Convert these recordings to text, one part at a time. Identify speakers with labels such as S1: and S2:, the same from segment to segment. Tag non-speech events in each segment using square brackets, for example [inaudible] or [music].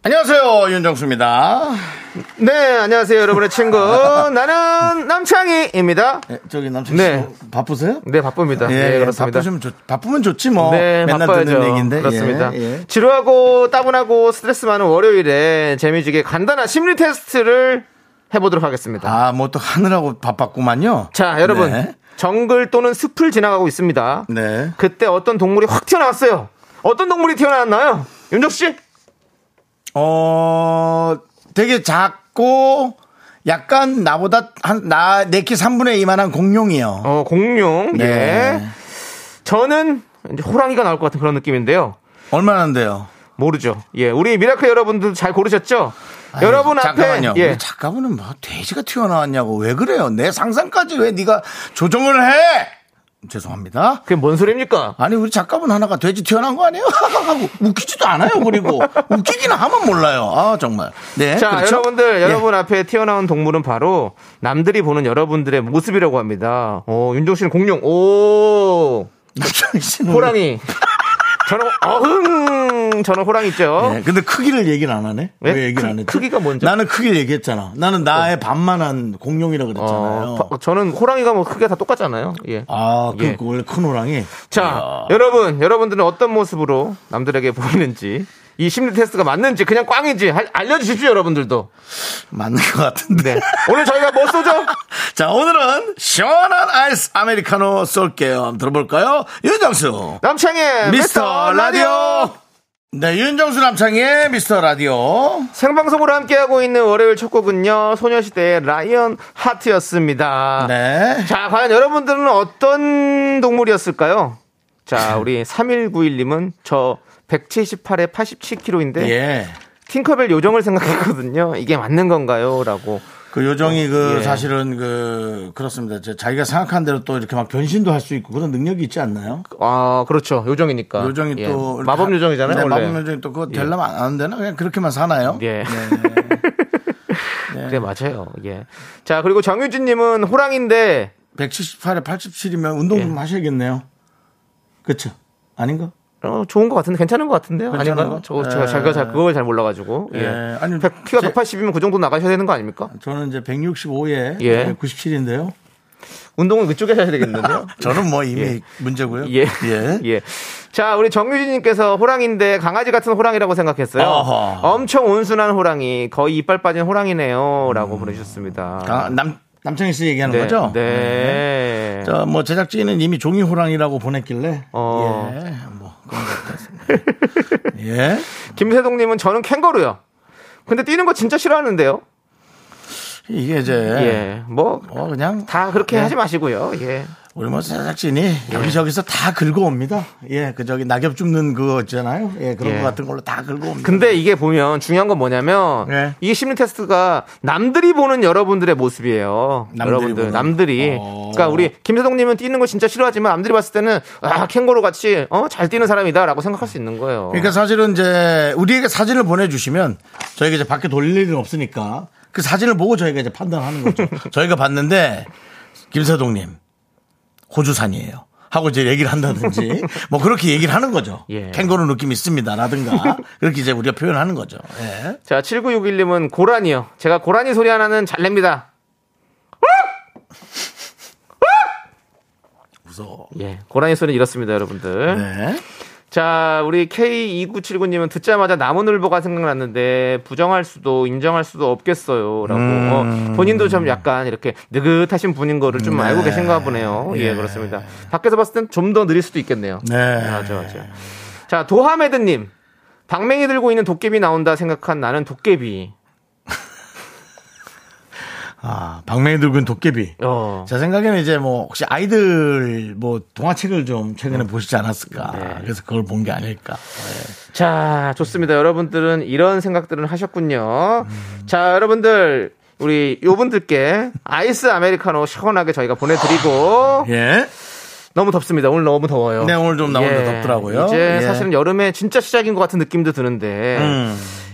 S1: 안녕하세요 윤정수입니다.
S2: 네, 안녕하세요, 여러분의
S1: [laughs]
S2: 친구. 나는 남창희입니다.
S1: 네, 저기 남친 씨
S2: 네.
S1: 바쁘세요?
S2: 네, 바쁩니다. 네, 그렇습니다.
S1: 예, 바쁘시면 좋, 바쁘면 좋지 뭐.
S2: 네,
S1: 맨날
S2: 바빠야죠.
S1: 듣는 얘기인데.
S2: 그렇습니다.
S1: 예, 예.
S2: 지루하고 따분하고 스트레스 많은 월요일에 재미지게 간단한 심리 테스트를 해보도록 하겠습니다.
S1: 아, 뭐 또 하느라고 바빴구만요.
S2: 자, 여러분.
S1: 네.
S2: 정글 또는 숲을 지나가고 있습니다.
S1: 네.
S2: 그때 어떤 동물이 확 튀어나왔어요. 어떤 동물이 튀어나왔나요? 윤정 씨?
S1: 어, 되게 작고 약간 나보다 한 나 내 키 3분의 2만한 공룡이요.
S2: 어, 공룡.
S1: 네.
S2: 예. 저는 이제 호랑이가 나올 것 같은 그런 느낌인데요.
S1: 얼마나인데요?
S2: 모르죠. 예, 우리 미라클 여러분들 잘 고르셨죠?
S1: 아니,
S2: 여러분 앞에
S1: 잠깐만요.
S2: 예.
S1: 우리 작가분은 뭐 돼지가 튀어나왔냐고 왜 그래요? 내 상상까지 왜 네가 조정을 해? 죄송합니다.
S2: 그게 뭔 소리입니까?
S1: 아니 우리 작가분 하나가 돼지 튀어나온 거 아니에요? [laughs] 하고 웃기지도 않아요. 그리고 웃기기는 하면 몰라요. 아 정말. 네.
S2: 자,
S1: 그렇죠?
S2: 여러분들,
S1: 예.
S2: 여러분 앞에 튀어나온 동물은 바로 남들이 보는 여러분들의 모습이라고 합니다. 오, 윤종 씨는 공룡, 오,
S1: [laughs] 남창희 씨는
S2: 호랑이. 저는 어흥, 저는 호랑이 있죠.
S1: 네, 근데 크기를 얘기는 안 하네. 왜,
S2: 왜?
S1: 얘기를
S2: 크-
S1: 안 했지?
S2: 크기가 뭔지?
S1: 나는 크기를 얘기했잖아. 나는 나의 반만한 공룡이라 그랬잖아요.
S2: 어, 바- 저는 호랑이가 뭐 크게 다 똑같잖아요. 예.
S1: 아, 그
S2: 예.
S1: 원래 큰 호랑이.
S2: 자, 여러분, 여러분들은 어떤 모습으로 남들에게 보이는지, 이 심리 테스트가 맞는지, 그냥 꽝인지 할- 알려주십시오, 여러분들도.
S1: 맞는 것 같은데. [laughs]
S2: 네. 오늘 저희가 뭐 쏘죠?
S1: 자, 오늘은 시원한 아이스 아메리카노 쏠게요. 들어볼까요? 윤정수.
S2: 남창의
S1: 미스터 라디오. 네, 윤정수 남창의 미스터 라디오.
S2: 생방송으로 함께하고 있는 월요일 첫 곡은요 소녀시대의 라이언 하트였습니다
S1: 네.
S2: 자 과연 여러분들은 어떤 동물이었을까요 자 우리 3191님은 저 178에 87kg인데
S1: 예.
S2: 팅커벨 요정을 생각했거든요 이게 맞는 건가요 라고
S1: 그 요정이 그
S2: 예.
S1: 사실은 그 그렇습니다. 저 자기가 생각한 대로 또 이렇게 막 변신도 할 수 있고 그런 능력이 있지 않나요?
S2: 아 그렇죠 요정이니까
S1: 요정이
S2: 예.
S1: 또 이렇게
S2: 마법
S1: 하-
S2: 요정이잖아요
S1: 네,
S2: 원래
S1: 마법 요정이 또 그거 되려면 안- 안 되나? 그냥 그렇게만 사나요? 네.
S2: 예. 그래 네, 맞아요 예자 그리고 정유진님은 호랑인데
S1: 178에 87이면
S2: 예.
S1: 운동 좀 하셔야겠네요. 그렇죠? 아닌가?
S2: 어, 좋은 것 같은데 괜찮은 것 같은데요?
S1: 괜찮아요?
S2: 아닌가요? 저
S1: 예.
S2: 제가 제가 잘 그걸 잘 몰라가지고 예.
S1: 예, 아니,
S2: 백- 키가
S1: 제-
S2: 180이면 그 정도 나가셔야 되는 거 아닙니까?
S1: 저는 이제 165에
S2: 예.
S1: 97인데요.
S2: 운동은 그쪽에 하셔야
S1: [laughs]
S2: 되겠는데요.
S1: 저는 뭐 이미
S2: 예.
S1: 문제고요.
S2: 예. 예. 자, 우리 정유진님께서 호랑인데 강아지 같은 호랑이라고 생각했어요.
S1: 어허.
S2: 엄청 온순한 호랑이, 거의 이빨 빠진 호랑이네요. 라고 보내주셨습니다.
S1: 음. 아, 남 남창희 씨 얘기하는
S2: 네.
S1: 거죠?
S2: 네.
S1: 저 뭐 제작진은 이미 종이 호랑이라고 보냈길래
S2: 어.
S1: 예. 뭐 그런 것 같습니다. 예.
S2: 김세동님은 저는 캥거루요. 근데 뛰는 거 진짜 싫어하는데요.
S1: 이게 이제
S2: 예. 뭐,
S1: 뭐 그냥
S2: 다 그렇게
S1: 예.
S2: 하지 마시고요. 예.
S1: 우리 뭐 제작진이 여기저기서 다 긁어옵니다. 예, 그 저기 낙엽 줍는 그거 있잖아요. 예, 그런
S2: 예.
S1: 거 같은 걸로 다 긁어옵니다.
S2: 근데 이게 보면 중요한 건 뭐냐면
S1: 네.
S2: 이게 심리 테스트가 남들이 보는 여러분들의 모습이에요.
S1: 남들이
S2: 여러분들
S1: 보는.
S2: 남들이
S1: 어.
S2: 그러니까 우리 김세동님은 뛰는 거 진짜 싫어하지만 남들이 봤을 때는 아 캥거루 같이 어 잘 뛰는 사람이다라고 생각할 수 있는 거예요.
S1: 그러니까 사실은 이제 우리에게 사진을 보내주시면 저희가 이제 밖에 돌릴 일은 없으니까 그 사진을 보고 저희가 이제 판단하는
S2: [laughs]
S1: 거죠. 저희가 봤는데 김세동님 호주산이에요. 하고 이제 얘기를
S2: [laughs]
S1: 한다든지 뭐 그렇게 얘기를 하는 거죠.
S2: 예.
S1: 캥거루 느낌 있습니다라든가
S2: [laughs]
S1: 그렇게 이제 우리가 표현하는 거죠. 예.
S2: 자 7961님은 고라니요. 제가 고라니 소리 하나는 잘 냅니다.
S1: 어? 무서워.
S2: 예, 고라니 소리는 이렇습니다, 여러분들.
S1: 어? 네.
S2: 자, 우리 K2979님은 듣자마자 나무늘보가 생각났는데 부정할 수도 인정할 수도 없겠어요라고 어, 본인도 좀 약간 이렇게 느긋하신 분인 거를 좀 알고 계신가 보네요. 네. 예,
S1: 예.
S2: 그렇습니다. 밖에서 봤을 땐 좀 더 느릴 수도 있겠네요.
S1: 네.
S2: 맞아, 맞아. 자, 도하메드님. 방맹이 들고 있는 도깨비 나온다 생각한 나는 도깨비.
S1: 아, 방맹이 들고 있는 도깨비.
S2: 어.
S1: 제 생각에는 이제 뭐 혹시 아이들 뭐 동화책을 좀 최근에
S2: 어.
S1: 보시지 않았을까.
S2: 네.
S1: 그래서 그걸 본 게 아닐까.
S2: 자, 좋습니다. 여러분들은 이런 생각들은 하셨군요. 자, 여러분들 우리 요분들께 아이스 아메리카노 시원하게 저희가 보내드리고
S1: 예.
S2: 너무 덥습니다. 오늘 너무 더워요.
S1: 네, 오늘 좀 나오는데 덥더라고요.
S2: 이제
S1: 예. 음.
S2: 사실은 여름에 진짜 시작인 것 같은 느낌도 드는데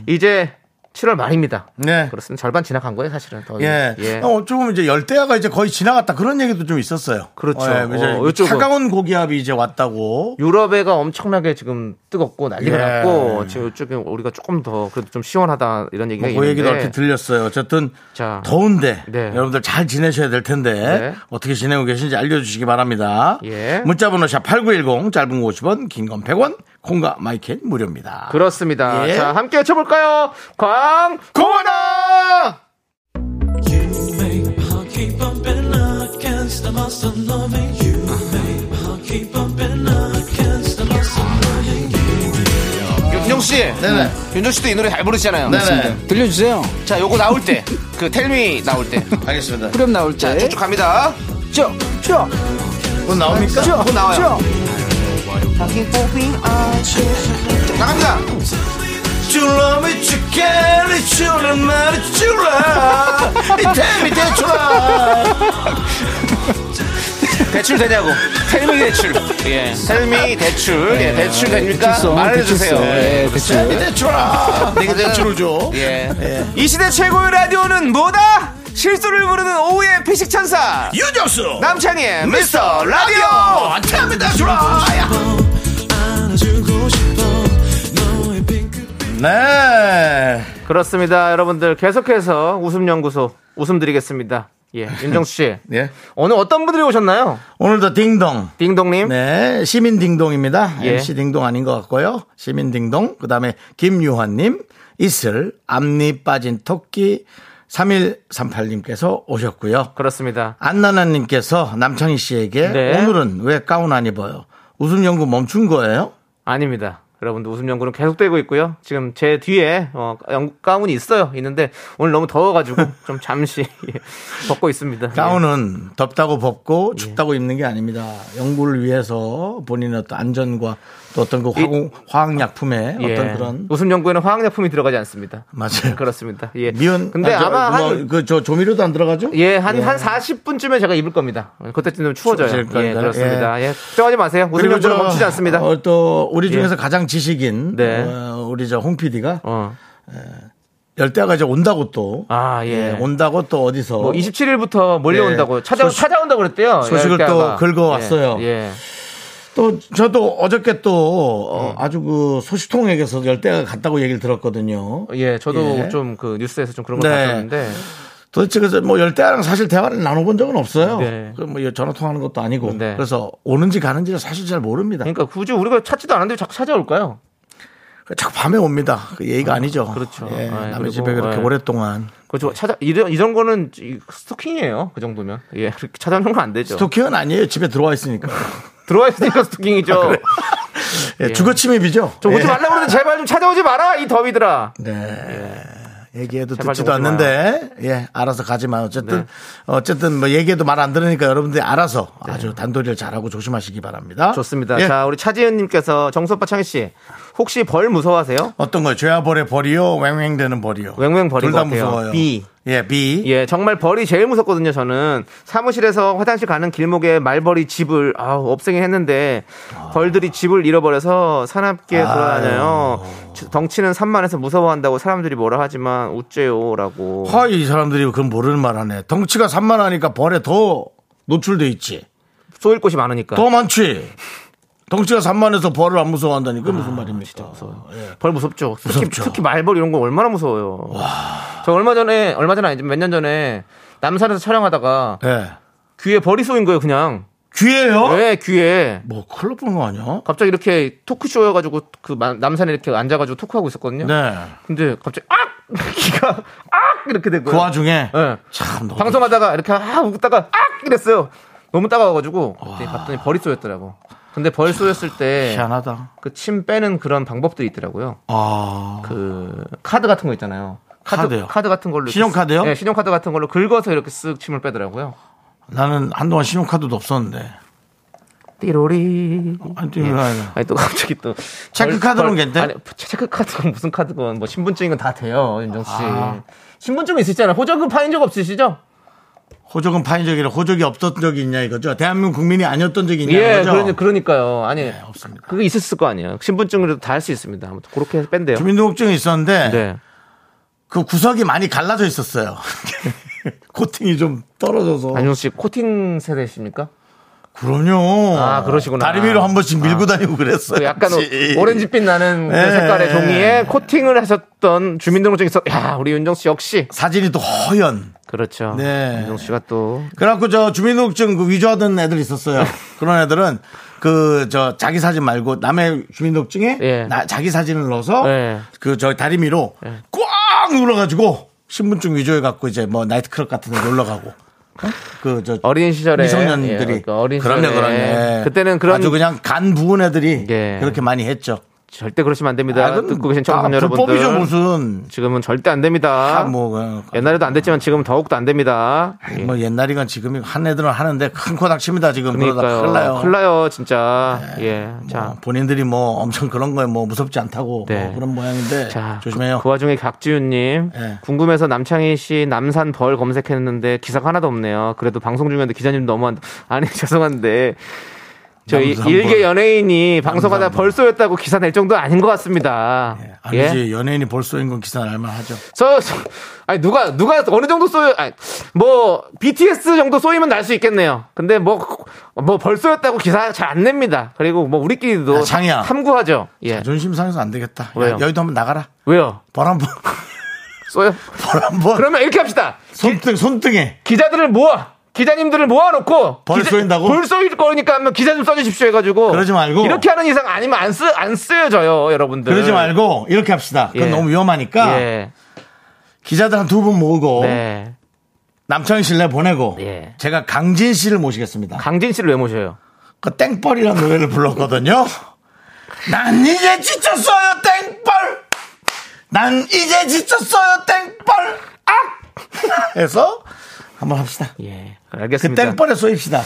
S2: 이제 7월 말입니다.
S1: 네.
S2: 그렇습니다. 절반 지나간 거예요, 사실은. 더.
S1: 예. 어, 조금 이제 열대야가 이제 거의 지나갔다 그런 얘기도 좀 있었어요.
S2: 그렇죠.
S1: 예, 이제
S2: 어, 이쪽은.
S1: 차가운 고기압이 이제 왔다고.
S2: 유럽에가 엄청나게 지금 뜨겁고 난리가
S1: 예.
S2: 났고 지금 이쪽에 우리가 조금 더 그래도 좀 시원하다 이런 얘기가
S1: 뭐, 그 얘기도
S2: 있는데
S1: 이렇게 들렸어요. 어쨌든
S2: 자.
S1: 더운데
S2: 네.
S1: 여러분들 잘 지내셔야 될 텐데
S2: 네.
S1: 어떻게 지내고 계신지 알려주시기 바랍니다.
S2: 예.
S1: 문자번호 샵 #8910 짧은 거 50원, 긴 건 100원, 콩과 마이캔 무료입니다.
S2: 그렇습니다.
S1: 예.
S2: 자, 함께 외쳐볼까요? 광, 고마라!
S3: 윤정 씨,
S1: 네네.
S3: 윤정 씨도 이 노래 잘 부르시잖아요.
S1: 네네.
S4: 들려주세요.
S3: 자, 요거 나올 때, 그 텔미 나올 때,
S1: 알겠습니다.
S4: 그럼 나올
S2: 네.
S4: 때.
S3: 쭉쭉 갑니다.
S4: 쭉, 쭉,
S1: 그건 나옵니까?
S3: 쭉 나와요.
S2: 그렇죠.
S3: 쭉 나갑니다.
S1: You love me, you care, it's your love, it's your love. It's me, it's your love.
S3: 대출 되냐고. 텔미 대출. 예. 텔미 대출.
S2: 네,
S3: 예. 대출 됩니까?
S4: 대출성,
S3: 말해주세요.
S4: 대출성. 예, 대출.
S1: It's me, it's your love. 내가 대출을 줘.
S3: 예.
S1: 네, 예.
S3: 이 시대 최고의 라디오는 뭐다? 실수를 부르는 오후의 피식천사.
S1: 유정수
S3: 남창희의 미스터 라디오!
S1: 라디오 탑니다 주라야 네
S2: 그렇습니다. 여러분들 계속해서 웃음연구소 웃음 드리겠습니다. 예, 윤정수
S3: [laughs]
S2: 씨.
S3: 네.
S1: 예.
S2: 오늘 어떤 분들이 오셨나요?
S1: 오늘도 딩동
S2: 딩동님.
S1: 네 시민 딩동입니다
S2: 예.
S1: MC 딩동 아닌 것 같고요 시민 딩동 그 다음에 김유환님 이슬 앞니 빠진 토끼 3138님께서 오셨고요
S2: 그렇습니다.
S1: 안나나님께서 남창희 씨에게
S2: 네.
S1: 오늘은 왜 가운 안 입어요 웃음 연구 멈춘 거예요?
S2: 아닙니다. 여러분들 웃음연구는 계속되고 있고요. 지금 제 뒤에 어, 연- 가운이 있어요. 있는데 오늘 너무
S1: [laughs]
S2: 더워가지고 좀 잠시 [laughs] 예, 벗고 있습니다.
S1: 가운은
S2: 예.
S1: 덥다고 벗고 춥다고 입는 게 아닙니다. 연구를 위해서 본인의 어떤 안전과 또 어떤 그 화공, 화학약품의
S2: 예.
S1: 어떤 그런
S2: 웃음연구에는 화학약품이 들어가지 않습니다.
S1: 맞아요.
S2: 그렇습니다. 예.
S1: 미연
S2: 근데
S1: 아, 저,
S2: 아마
S1: 뭐,
S2: 한
S1: 그, 저 조미료도 안 들어가죠?
S2: 예, 한, 한 40분쯤에 제가 입을 겁니다. 그때쯤 되면 추워져요.
S1: 추워질
S2: 예,
S1: 거니까요.
S2: 그렇습니다. 예. 걱정하지 마세요. 웃음
S1: 그리고
S2: 연구는
S1: 저,
S2: 멈추지 않습니다. 예.
S1: 어, 또 우리 중에서 가장 지식인
S2: 네.
S1: 어, 우리 저 홍 PD가
S2: 어.
S1: 열대야가 이제 온다고 또
S2: 아,
S1: 예,
S2: 예.
S1: 온다고 또 어디서 예.
S2: 뭐 27일부터 몰려온다고 찾아
S1: 소식-
S2: 찾아온다고 그랬대요.
S1: 소식을
S2: 열대야가.
S1: 또 긁어왔어요.
S2: 예. 예.
S1: 또 저도 어저께 또 어, 아주 그 소식통에게서 열대야가 갔다고 얘기를 들었거든요.
S2: 예, 저도
S1: 예.
S2: 좀 그 뉴스에서 좀 그런 걸
S1: 네.
S2: 봤었는데
S1: 도대체 그래서 뭐 열대야랑 사실 대화를 나눠본 적은 없어요.
S2: 네.
S1: 그뭐 전화 통하는 것도 아니고
S2: 네.
S1: 그래서 오는지 가는지를 사실 잘 모릅니다.
S2: 그러니까 굳이 우리가 찾지도 않았는데 자꾸 찾아올까요?
S1: 그러니까 자꾸 밤에 옵니다. 그 예의가 아니죠.
S2: 그렇죠.
S1: 예,
S2: 예,
S1: 남의
S2: 그리고,
S1: 집에 그렇게
S2: 예.
S1: 오랫동안
S2: 그렇죠. 찾아 이런 이런 거는 이- 스토킹이에요. 그 정도면 예, 그렇게 찾아오는 건 안 되죠.
S1: 스토킹은 아니에요. 집에 들어와
S2: [laughs]
S1: 있으니까
S2: 들어와 있으니까 [laughs] 스토킹이죠.
S1: 예, 주거침입이죠.
S2: 좀
S1: 예.
S2: 오지 말라 그러는데 제발 좀 찾아오지 마라 이 더위들아.
S1: 네. 얘기해도
S2: 예. 제발
S1: 듣지도
S2: 좀 오지 네. 마요.
S1: 않는데 예 알아서 가지만 어쨌든 어쨌든 뭐 얘기해도 말 안 들으니까 여러분들이 알아서 아주 단도리를 잘하고 조심하시기 바랍니다.
S2: 네. 좋습니다.
S1: 예.
S2: 자, 우리 차지은님께서 정수오빠 창희 씨 혹시 벌 무서워하세요?
S1: 어떤 거요? 죄와 벌의 벌이요, 왱왱대는 벌이요.
S2: 왱왱 벌인
S1: 둘다
S2: 것 같아요.
S1: 무서워요.
S2: B.
S1: 예, B.
S2: 예, 정말 벌이 제일 무섭거든요, 저는. 사무실에서 화장실 가는 길목에 말벌이 집을, 아우, 업생이 했는데, 벌들이 집을 잃어버려서 사납게 돌아다녀요. 저- 덩치는 산만해서 무서워한다고 사람들이 뭐라 하지만, 우째요, 라고.
S1: 하, 이 사람들이 그건 모르는 말 하네. 덩치가 산만하니까 벌에 더 노출돼 있지.
S2: 쏘일 곳이 많으니까.
S1: 더 많지. 덩치가 산만해서 벌을 안 무서워한다니까 무슨 말입니까? 예.
S2: 벌 무섭죠. 특히,
S1: 무섭죠.
S2: 특히 말벌 이런 거 얼마나 무서워요. 저 얼마 전에, 얼마 전 아니지만 몇 년 전에, 남산에서 촬영하다가,
S1: 예.
S2: 귀에 벌이 쏘인 거예요, 그냥.
S1: 귀에요?
S2: 왜 귀에.
S1: 뭐, 큰일 날뻔거 아니야?
S2: 갑자기 이렇게 토크쇼여가지고 그 마- 남산에 이렇게 앉아가지고 토크하고 있었거든요.
S1: 네.
S2: 근데 갑자기 악 [laughs] 귀가 악 이렇게 된
S1: 그
S2: 거예요.
S1: 와중에.
S2: 예.
S1: 참, 너.
S2: 방송하다가 이렇게 아 웃다가 악 이랬어요. 너무 따가워가지고 그때 봤더니 벌이 쏘였더라고. 근데 벌 쏘였을 때
S1: 희한하다.
S2: 그 침 빼는 그런 방법도 있더라고요.
S1: 아.
S2: 그 카드 같은 거 있잖아요.
S1: 카드요.
S2: 카드 같은 걸로 이렇게
S1: 신용카드요?
S2: 쓰- 네, 신용카드 같은 걸로 긁어서 이렇게 쓱 침을 빼더라고요.
S1: 나는 한동안 신용카드도 없었는데.
S2: 띠로리.
S1: 아니, 또 이거 아니야.
S2: 아니 또 갑자기 또
S1: 체크카드는
S2: 벌- 벌-
S1: 괜찮-
S2: 아니 체크카드건 무슨 카드건 뭐 신분증이건 다 돼요, 윤정 씨.
S1: 아.
S2: 신분증 있으시잖아요. 호적은 파인 적 없으시죠?
S1: 호적은 파인 적이라 호적이 없었던 적이 있냐 이거죠. 대한민국 국민이 아니었던 적이 있냐
S2: 예,
S1: 이거죠.
S2: 그러니, 그러니까요. 아니,
S1: 네, 없습니다.
S2: 그게 있었을 거 아니에요. 신분증으로도 다 할 수 있습니다. 아무튼 그렇게 해서 뺀대요.
S1: 주민등록증이 있었는데
S2: 네.
S1: 그 구석이 많이 갈라져 있었어요. [laughs] 코팅이 좀 떨어져서.
S2: 안용 씨 코팅 세대십니까?
S1: 그럼요.
S2: 아, 그러시구나.
S1: 다리미로 한 번씩 밀고 다니고
S2: 그
S1: 그랬어요.
S2: 약간 오-
S1: 혹시.
S2: 오렌지빛 나는 그
S1: 예.
S2: 색깔의 종이에 코팅을 하셨던 주민등록증이 있어. 야, 우리 윤정 씨 역시
S1: 사진이 또 허연.
S2: 그렇죠.
S1: 네.
S2: 윤정 씨가 또
S1: 그래갖고 저 주민등록증 그 위조하던 애들
S2: [laughs]
S1: 있었어요. 그런 애들은 그 저 자기 사진 말고 남의 주민등록증에
S2: 예.
S1: 나- 자기 사진을 넣어서
S2: 예.
S1: 그 저 다리미로 꽉 눌러가지고 신분증 위조해갖고 이제 뭐 나이트클럽 같은 데 놀러 가고 그 저
S2: 어린 시절에
S1: 미성년들이
S2: 예, 그러니까 어린
S1: 그럼요
S2: 시절에
S1: 그럼요 예.
S2: 그때는 그런
S1: 아주 그냥 간 부은 애들이
S2: 예.
S1: 그렇게 많이 했죠.
S2: 절대 그러시면 안 됩니다.
S1: 아, 그건
S2: 듣고 계신
S1: 다
S2: 청취 여러분들
S1: 불법이죠 무슨
S2: 지금은 절대 안 됩니다.
S1: 아, 뭐, 어,
S2: 옛날에도 안 됐지만 지금 은 더욱더 안 됩니다. 예.
S1: 뭐 옛날이건 지금이 한 애들은 하는데 큰 코닥 칩니다 지금 그러다
S2: 그러니까요.
S1: 큰일 나요.
S2: 흘러요, 진짜. 예.
S1: 뭐
S2: 자.
S1: 본인들이 뭐 엄청 그런 거에 뭐 무섭지 않다고
S2: 네.
S1: 뭐 그런 모양인데
S2: 자,
S1: 조심해요.
S2: 그, 그 와중에 곽지윤님
S1: 예.
S2: 궁금해서 남창희 씨 남산 벌 검색했는데 기사가 하나도 없네요. 그래도 방송 중인데 기자님 너무 안... [laughs] 아니 죄송한데 저 이-
S1: 남산
S2: 일개
S1: 벌.
S2: 연예인이 방송하다
S1: 남산 벌.
S2: 벌쏘였다고 기사 낼 정도 아닌 것 같습니다.
S1: 예. 아니지 연예인이 벌써인 건 기사 알만하죠.
S2: 저, 저- 아니 누가 누가 어느 정도 쏘여 아니, 뭐 BTS 정도 쏘이면 날 수 있겠네요. 근데 뭐 뭐 벌써였다고 기사 잘 안 냅니다. 그리고 뭐 우리끼리도
S1: 야, 아, 장이야.
S2: 탐구하죠. 예.
S1: 자존심 상해서 안 되겠다. 야,
S2: 왜요?
S1: 여의도 한번 나가라.
S2: 왜요?
S1: 벌 한번 [laughs]
S2: 쏘요?
S1: 벌 한번
S2: 그러면 이렇게 합시다.
S1: 손등 손등에
S2: 기자들을 모아. 기자님들을 모아놓고
S1: 벌
S2: 기자-
S1: 쏘인다고?
S2: 벌 쏘일 거니까 한번 기자 좀 써주십시오 해가지고
S1: 그러지 말고.
S2: 이렇게 하는 이상 아니면 안 쓰 안 쓰여져요 여러분들
S1: 그러지 말고 이렇게 합시다. 그건
S2: 네. 예.
S1: 너무 위험하니까
S2: 예.
S1: 기자들 한 두 분 모으고
S2: 네.
S1: 남창희 씨를 내 보내고
S2: 예.
S1: 제가 강진 씨를 모시겠습니다.
S2: 강진 씨를 왜 모셔요?
S1: 그 땡벌이라는 노래를 불렀거든요. 난 이제 지쳤어요, 땡벌! 난 이제 지쳤어요, 땡벌! 악! [laughs] 해서 한번 합시다.
S2: 예.
S1: 그
S2: 알겠습니다.
S1: 땡벌에 쏘입시다.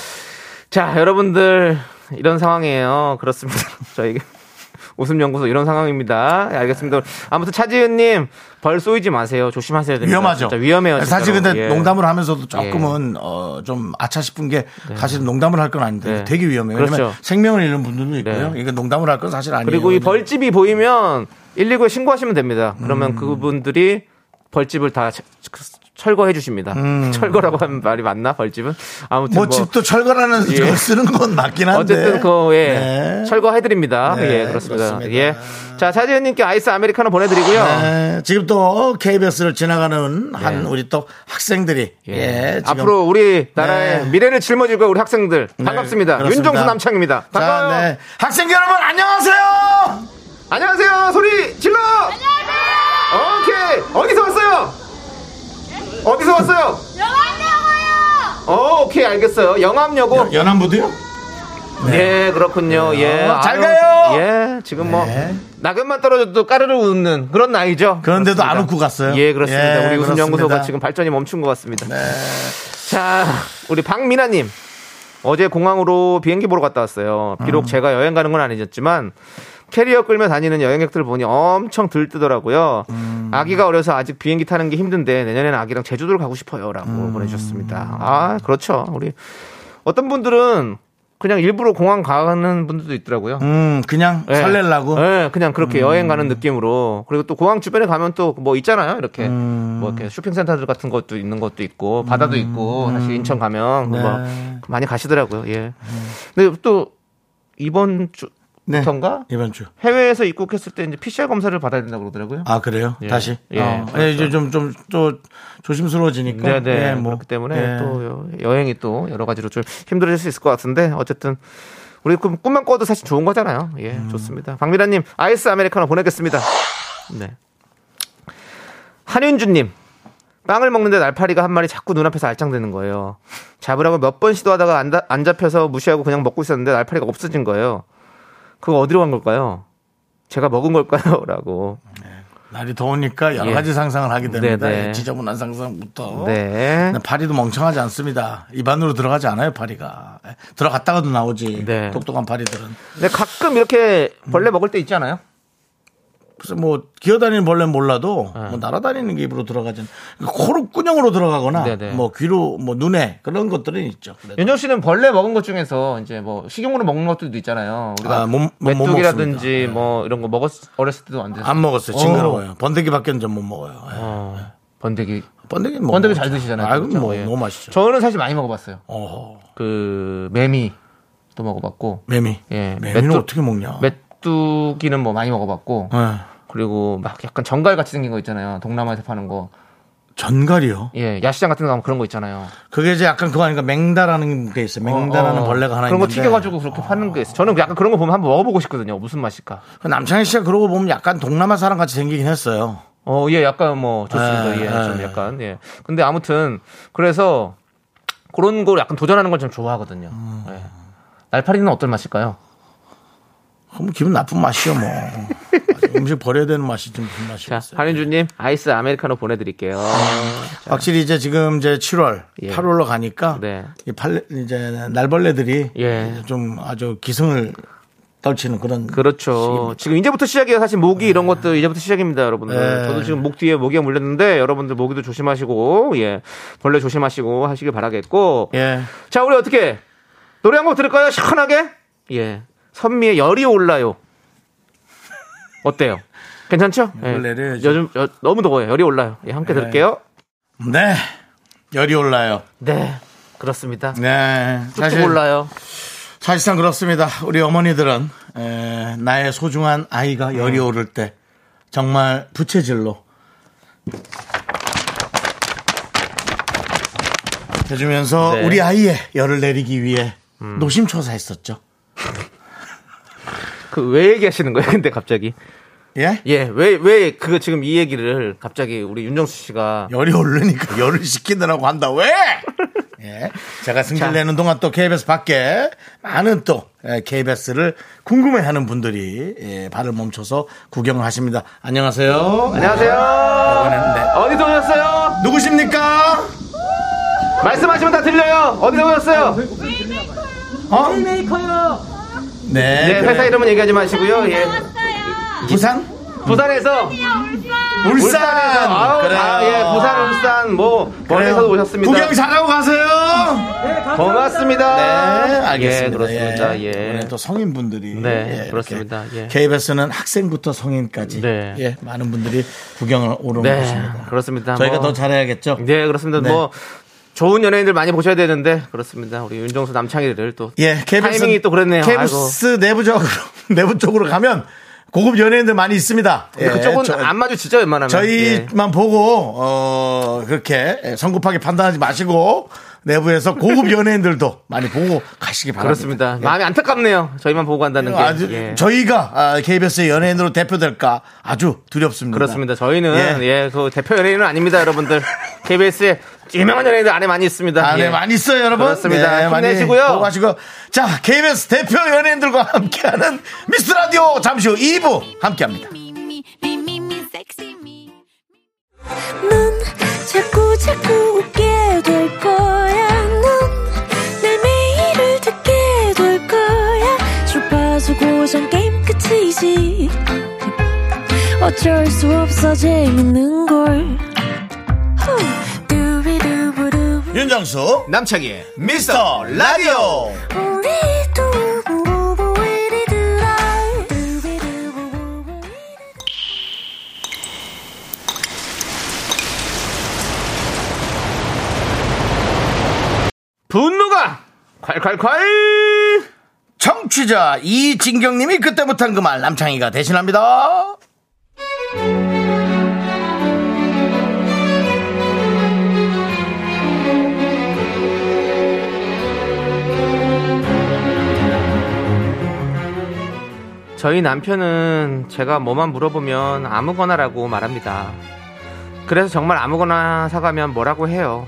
S2: 자, 여러분들 이런 상황이에요. 그렇습니다. [laughs] 저에게 웃음 연구소 이런 상황입니다. 예, 알겠습니다. 아무튼 차지은님 벌 쏘이지 마세요. 조심하셔야 됩니다.
S1: 위험하죠.
S2: 진짜 위험해요.
S1: 사실
S2: 진짜로.
S1: 근데
S2: 예.
S1: 농담을 하면서도 조금은 어, 좀 아차 싶은 게 사실 농담을 할 건 아닌데
S2: 네.
S1: 되게 위험해요. 왜냐면
S2: 그렇죠.
S1: 생명을 잃는 분들도 있고요.
S2: 네.
S1: 이게 농담을 할 건 사실 아니에요.
S2: 그리고 이 벌집이 보이면 119에 신고하시면 됩니다.
S1: 음.
S2: 그러면 그분들이 벌집을 다 체- 철거해 주십니다.
S1: 음.
S2: [laughs] 철거라고 하면 말이 맞나? 벌집은 아무튼
S1: 뭐
S2: 뭐,
S1: 집도 철거라는
S2: 예.
S1: 걸 쓰는 건 맞긴 한데.
S2: 어쨌든 그 예.
S1: 네.
S2: 철거해 드립니다.
S1: 네,
S2: 예, 그렇습니다.
S1: 그렇습니다.
S2: 예. 자, 차지은 님께 아이스 아메리카노 보내 드리고요.
S1: 네, 지금 또 KBS를 지나가는 한 우리 또 학생들이 예, 지금
S2: 예. 앞으로 우리 나라의
S1: 네.
S2: 미래를 짊어질 거예요 우리 학생들
S1: 네,
S2: 반갑습니다.
S1: 그렇습니다.
S2: 윤종수 남창입니다.
S1: 자,
S2: 반가워요.
S1: 네. 학생 여러분 안녕하세요.
S2: 안녕하세요. 소리 질러. 오케이. 어디서 왔어요? 어디서 왔어요?
S5: 영화냐고요!
S2: 어, 오케이 알겠어요. 영암여고.
S1: 연안부도요?
S2: 예, 그렇군요. 예.
S1: 어, 잘
S2: 아유,
S1: 가요.
S2: 예, 지금 뭐
S1: 네.
S2: 낙엽만 떨어져도 까르르 웃는 그런 나이죠.
S1: 그런데도
S2: 그렇습니다.
S1: 안 웃고 갔어요.
S2: 예, 그렇습니다.
S1: 예,
S2: 우리
S1: 그렇습니다.
S2: 웃음
S1: 네.
S2: 연구소가 지금 발전이 멈춘 것 같습니다. 자, 우리 박민아님. 어제 공항으로 비행기 보러 갔다 왔어요. 비록 제가 여행 가는 건 아니었지만 캐리어 끌며 다니는 여행객들 보니 엄청 들뜨더라고요. 아기가 어려서 아직 비행기 타는 게 힘든데 내년에는 아기랑 제주도를 가고 싶어요라고 보내주셨습니다. 아 그렇죠. 우리 어떤 분들은 그냥 일부러 공항 가는 분들도 있더라고요.
S1: 음, 그냥
S2: 예.
S1: 설렐라고. 음.
S2: 예, 그냥 그렇게 여행 가는 느낌으로. 그리고 또 공항 주변에 가면 또 뭐 있잖아요. 이렇게
S1: 음.
S2: 뭐 이렇게 쇼핑센터들 같은 것도 있는 것도 있고 바다도 있고 사실 인천 가면
S1: 음. 네. 음.
S2: 뭐 많이 가시더라고요. 예. 근데 또 이번
S1: 네.
S2: 주부터인가
S1: 이번 주.
S2: 해외에서 입국했을 때 이제 PCR 검사를 받아야 된다고 그러더라고요.
S1: 아 그래요?
S2: 예.
S1: 다시.
S2: 예,
S1: 어. 예, 이제 좀 좀 또 조심스러워지니까.
S2: 네, 네.
S1: 예, 뭐.
S2: 그렇기 때문에
S1: 예.
S2: 또 여- 여행이 또 여러 가지로 좀 힘들어질 수 있을 것 같은데 어쨌든 우리 꿈, 꿈만 꿔도 사실 좋은 거잖아요. 예,
S1: 음.
S2: 좋습니다. 박미라님 아이스 아메리카노 보내겠습니다. 네. 한윤주님 빵을 먹는데 날파리가 한 마리 자꾸 눈앞에서 알짱대는 거예요. 잡으라고 몇 번 시도하다가 안, 다- 안 잡혀서 무시하고 그냥 먹고 있었는데 날파리가 [laughs] 없어진 거예요. 그거 어디로 간 걸까요? 제가 먹은 걸까요? 라고.
S1: 날이 더우니까 여러
S2: 예.
S1: 가지 상상을 하게 됩니다.
S2: 네네.
S1: 예, 지저분한 상상부터.
S2: 네.
S1: 근데 파리도 멍청하지 않습니다. 입안으로 들어가지 않아요, 파리가. 예, 들어갔다가도 나오지.
S2: 네.
S1: 똑똑한 파리들은.
S2: 근데 가끔 이렇게
S1: 음.
S2: 벌레 먹을 때 있잖아요.
S1: 그래서 뭐 기어다니는 벌레는 몰라도
S2: 네.
S1: 뭐 날아다니는 게 입으로 들어가진 그러니까 코로 꾸녕으로 들어가거나
S2: 네네.
S1: 뭐 귀로 뭐 눈에 그런 것들은 있죠. 그래도.
S2: 윤정 씨는 벌레 먹은 것 중에서 이제 뭐 식용으로 먹는 것들도 있잖아요. 우리가
S1: 아, 몸- 몸- 못
S2: 메뚜기라든지
S1: 먹습니다. 네.
S2: 뭐 이런 거 먹었 어렸을 때도 안 돼서
S1: 안 먹었어요. 징그러워요. 번데기밖에는 좀 못 먹어요. 예.
S2: 어, 번데기
S1: 번데기는 먹어요.
S2: 번데기 잘 드시잖아요.
S1: 아, 그럼 뭐
S2: 예.
S1: 너무 맛있죠.
S2: 저는 사실 많이 먹어봤어요.
S1: 어허.
S2: 그 매미도 먹어봤고
S1: 매미.
S2: 예,
S1: 매미는
S2: 메뚜-
S1: 어떻게 먹냐?
S2: 메뚜기는 뭐 많이 먹어봤고
S1: 예.
S2: 그리고 막 약간 정갈 같이 생긴 거 있잖아요. 동남아에서 파는 거.
S1: 전갈이요.
S2: 예, 야시장 같은 데 가면 그런 거 있잖아요.
S1: 그게 이제 약간 그거 아닌가 맹다라는 게 있어요. 맹다라는
S2: 어, 어.
S1: 벌레가 하나
S2: 그런 거
S1: 있는데.
S2: 튀겨가지고 그렇게 파는 게 있어요. 저는 약간 그런 거 보면 한번 먹어보고 싶거든요. 무슨 맛일까?
S1: 그 남창희 씨가 그러고 보면 약간 동남아 사람 같이 생기긴 했어요.
S2: 어, 예, 약간 뭐 좋습니다.
S1: 예,
S2: 예, 좀
S1: 예.
S2: 약간 예. 근데 아무튼 그래서 그런 걸 약간 도전하는 걸 좀 좋아하거든요. 예. 날파리는 어떤 맛일까요?
S1: 그럼 기분 나쁜 맛이요, 뭐. 아주 음식 버려야 되는 맛이 좀 무슨
S2: 자,
S1: 맛이겠어요.
S2: 한윤주님 아이스 아메리카노 보내드릴게요.
S1: 확실히 이제 지금 이제 7월,
S2: 예.
S1: 8월로 가니까
S2: 네.
S1: 이 팔, 이제 날벌레들이
S2: 예.
S1: 좀 아주 기승을 떨치는 그런
S2: 그렇죠. 지금 이제부터 시작이에요. 사실 모기 이런 것도 이제부터 시작입니다, 여러분들.
S1: 네.
S2: 저도 지금 목 뒤에 모기가 물렸는데 여러분들 모기도 조심하시고 예 벌레 조심하시고 하시길 바라겠고.
S1: 예.
S2: 자, 우리 어떻게 노래 한 곡 들을까요? 시원하게. 예, 선미의 열이 올라요. 어때요? 괜찮죠? 예.
S1: 원래를 좀-
S2: 요즘 여- 너무 더워요. 열이 올라요. 예, 함께
S1: 네.
S2: 들을게요.
S1: 네. 열이 올라요.
S2: 네, 그렇습니다.
S1: 네.
S2: 쭉쭉 올라요.
S1: 사실상 그렇습니다. 우리 어머니들은 에, 나의 소중한 아이가 열이 오를 때 정말 부채질로 해주면서
S2: 네.
S1: 우리 아이의 열을 내리기 위해 노심초사했었죠.
S2: 그 왜 얘기하시는 거예요? 근데 갑자기
S1: 예?
S2: 예, 왜, 왜, 그거 지금 이 얘기를 갑자기 우리 윤정수 씨가.
S1: 열이 오르니까 [laughs] 열을 식히느라고 한다. 왜? [laughs] 예. 제가 승질 내는 동안 또 KBS 밖에 많은 또 KBS를 궁금해하는 분들이 예, 발을 멈춰서 구경을 하십니다. 안녕하세요.
S2: 안녕하세요.
S1: 네.
S2: 어디서 오셨어요?
S1: 누구십니까?
S2: 말씀하시면 다 들려요. 어디서 오셨어요?
S1: 어? 메이커요. 네.
S2: 네, 회사 이름은 얘기하지 마시고요. 예.
S5: 왔어요.
S1: 부산?
S2: 부산에서.
S5: 울산.
S1: 울산.
S2: 울산에서. 아우, 아, 예, 부산, 울산, 뭐, 멀리서도 오셨습니다.
S1: 구경 잘하고 가세요.
S2: 고맙습니다.
S1: 네, 알겠습니다. 네,
S2: 예, 그렇습니다. 예.
S1: 오늘 또 성인분들이
S2: 네,
S1: 예, 이렇게
S2: 그렇습니다. 예.
S1: KBS는 학생부터 성인까지
S2: 네.
S1: 예, 많은 분들이 구경을 오는
S2: 네,
S1: 곳입니다.
S2: 그렇습니다.
S1: 저희가
S2: 뭐.
S1: 더 잘해야겠죠.
S2: 네, 그렇습니다.
S1: 네.
S2: 뭐, 좋은 연예인들 많이 보셔야 되는데, 그렇습니다. 우리 윤정수 남창희를 또.
S1: 예, KBS
S2: 타이밍이 또 그랬네요. 아이고.
S1: KBS 내부적으로 [laughs] 내부 쪽으로 가면 고급 연예인들 많이 있습니다.
S2: 근데
S1: 예,
S2: 그쪽은
S1: 저-
S2: 안 마주치죠, 웬만하면. 예.
S1: 저희만 보고 어 그렇게 성급하게 판단하지 마시고 내부에서 고급 연예인들도 많이 보고 가시기 바랍니다. 예.
S2: 그렇습니다. 마음이 안타깝네요. 저희만 보고 간다는 게.
S1: 아주
S2: 예.
S1: 저희가 아, KBS의 연예인으로 대표될까 아주 두렵습니다.
S2: 그렇습니다. 저희는 예, 그 대표 연예인은 아닙니다, 여러분들. [laughs] KBS에 유명한 연예인들 안에 많이 있습니다.
S1: 안에
S2: 예.
S1: 많이 있어요, 여러분. 예,
S2: 그렇습니다.
S1: 많이
S2: 힘내시고요.
S1: 보고 가시고. 자, KBS 대표 연예인들과 함께하는 미스 라디오 잠시 후 2부 함께합니다.
S6: 넌 자꾸 자꾸 웃게 될 거야. 넌내 매일을 듣게 될 거야. 주파수 고정 게임 끝이지. 어쩔 수 없어 재밌는 걸. 후. 두비두부두.
S1: 윤정수, 남창희의 미스터 라디오.
S6: 우리 두부부부 우리 두라. 두비두부부부 우리
S2: 분노가 콸콸콸!
S1: 청취자 이진경님이 그때 못한 그 말 남창희가 대신합니다.
S2: 저희 남편은 제가 뭐만 물어보면 아무거나라고 말합니다. 그래서 정말 아무거나 사가면 뭐라고 해요.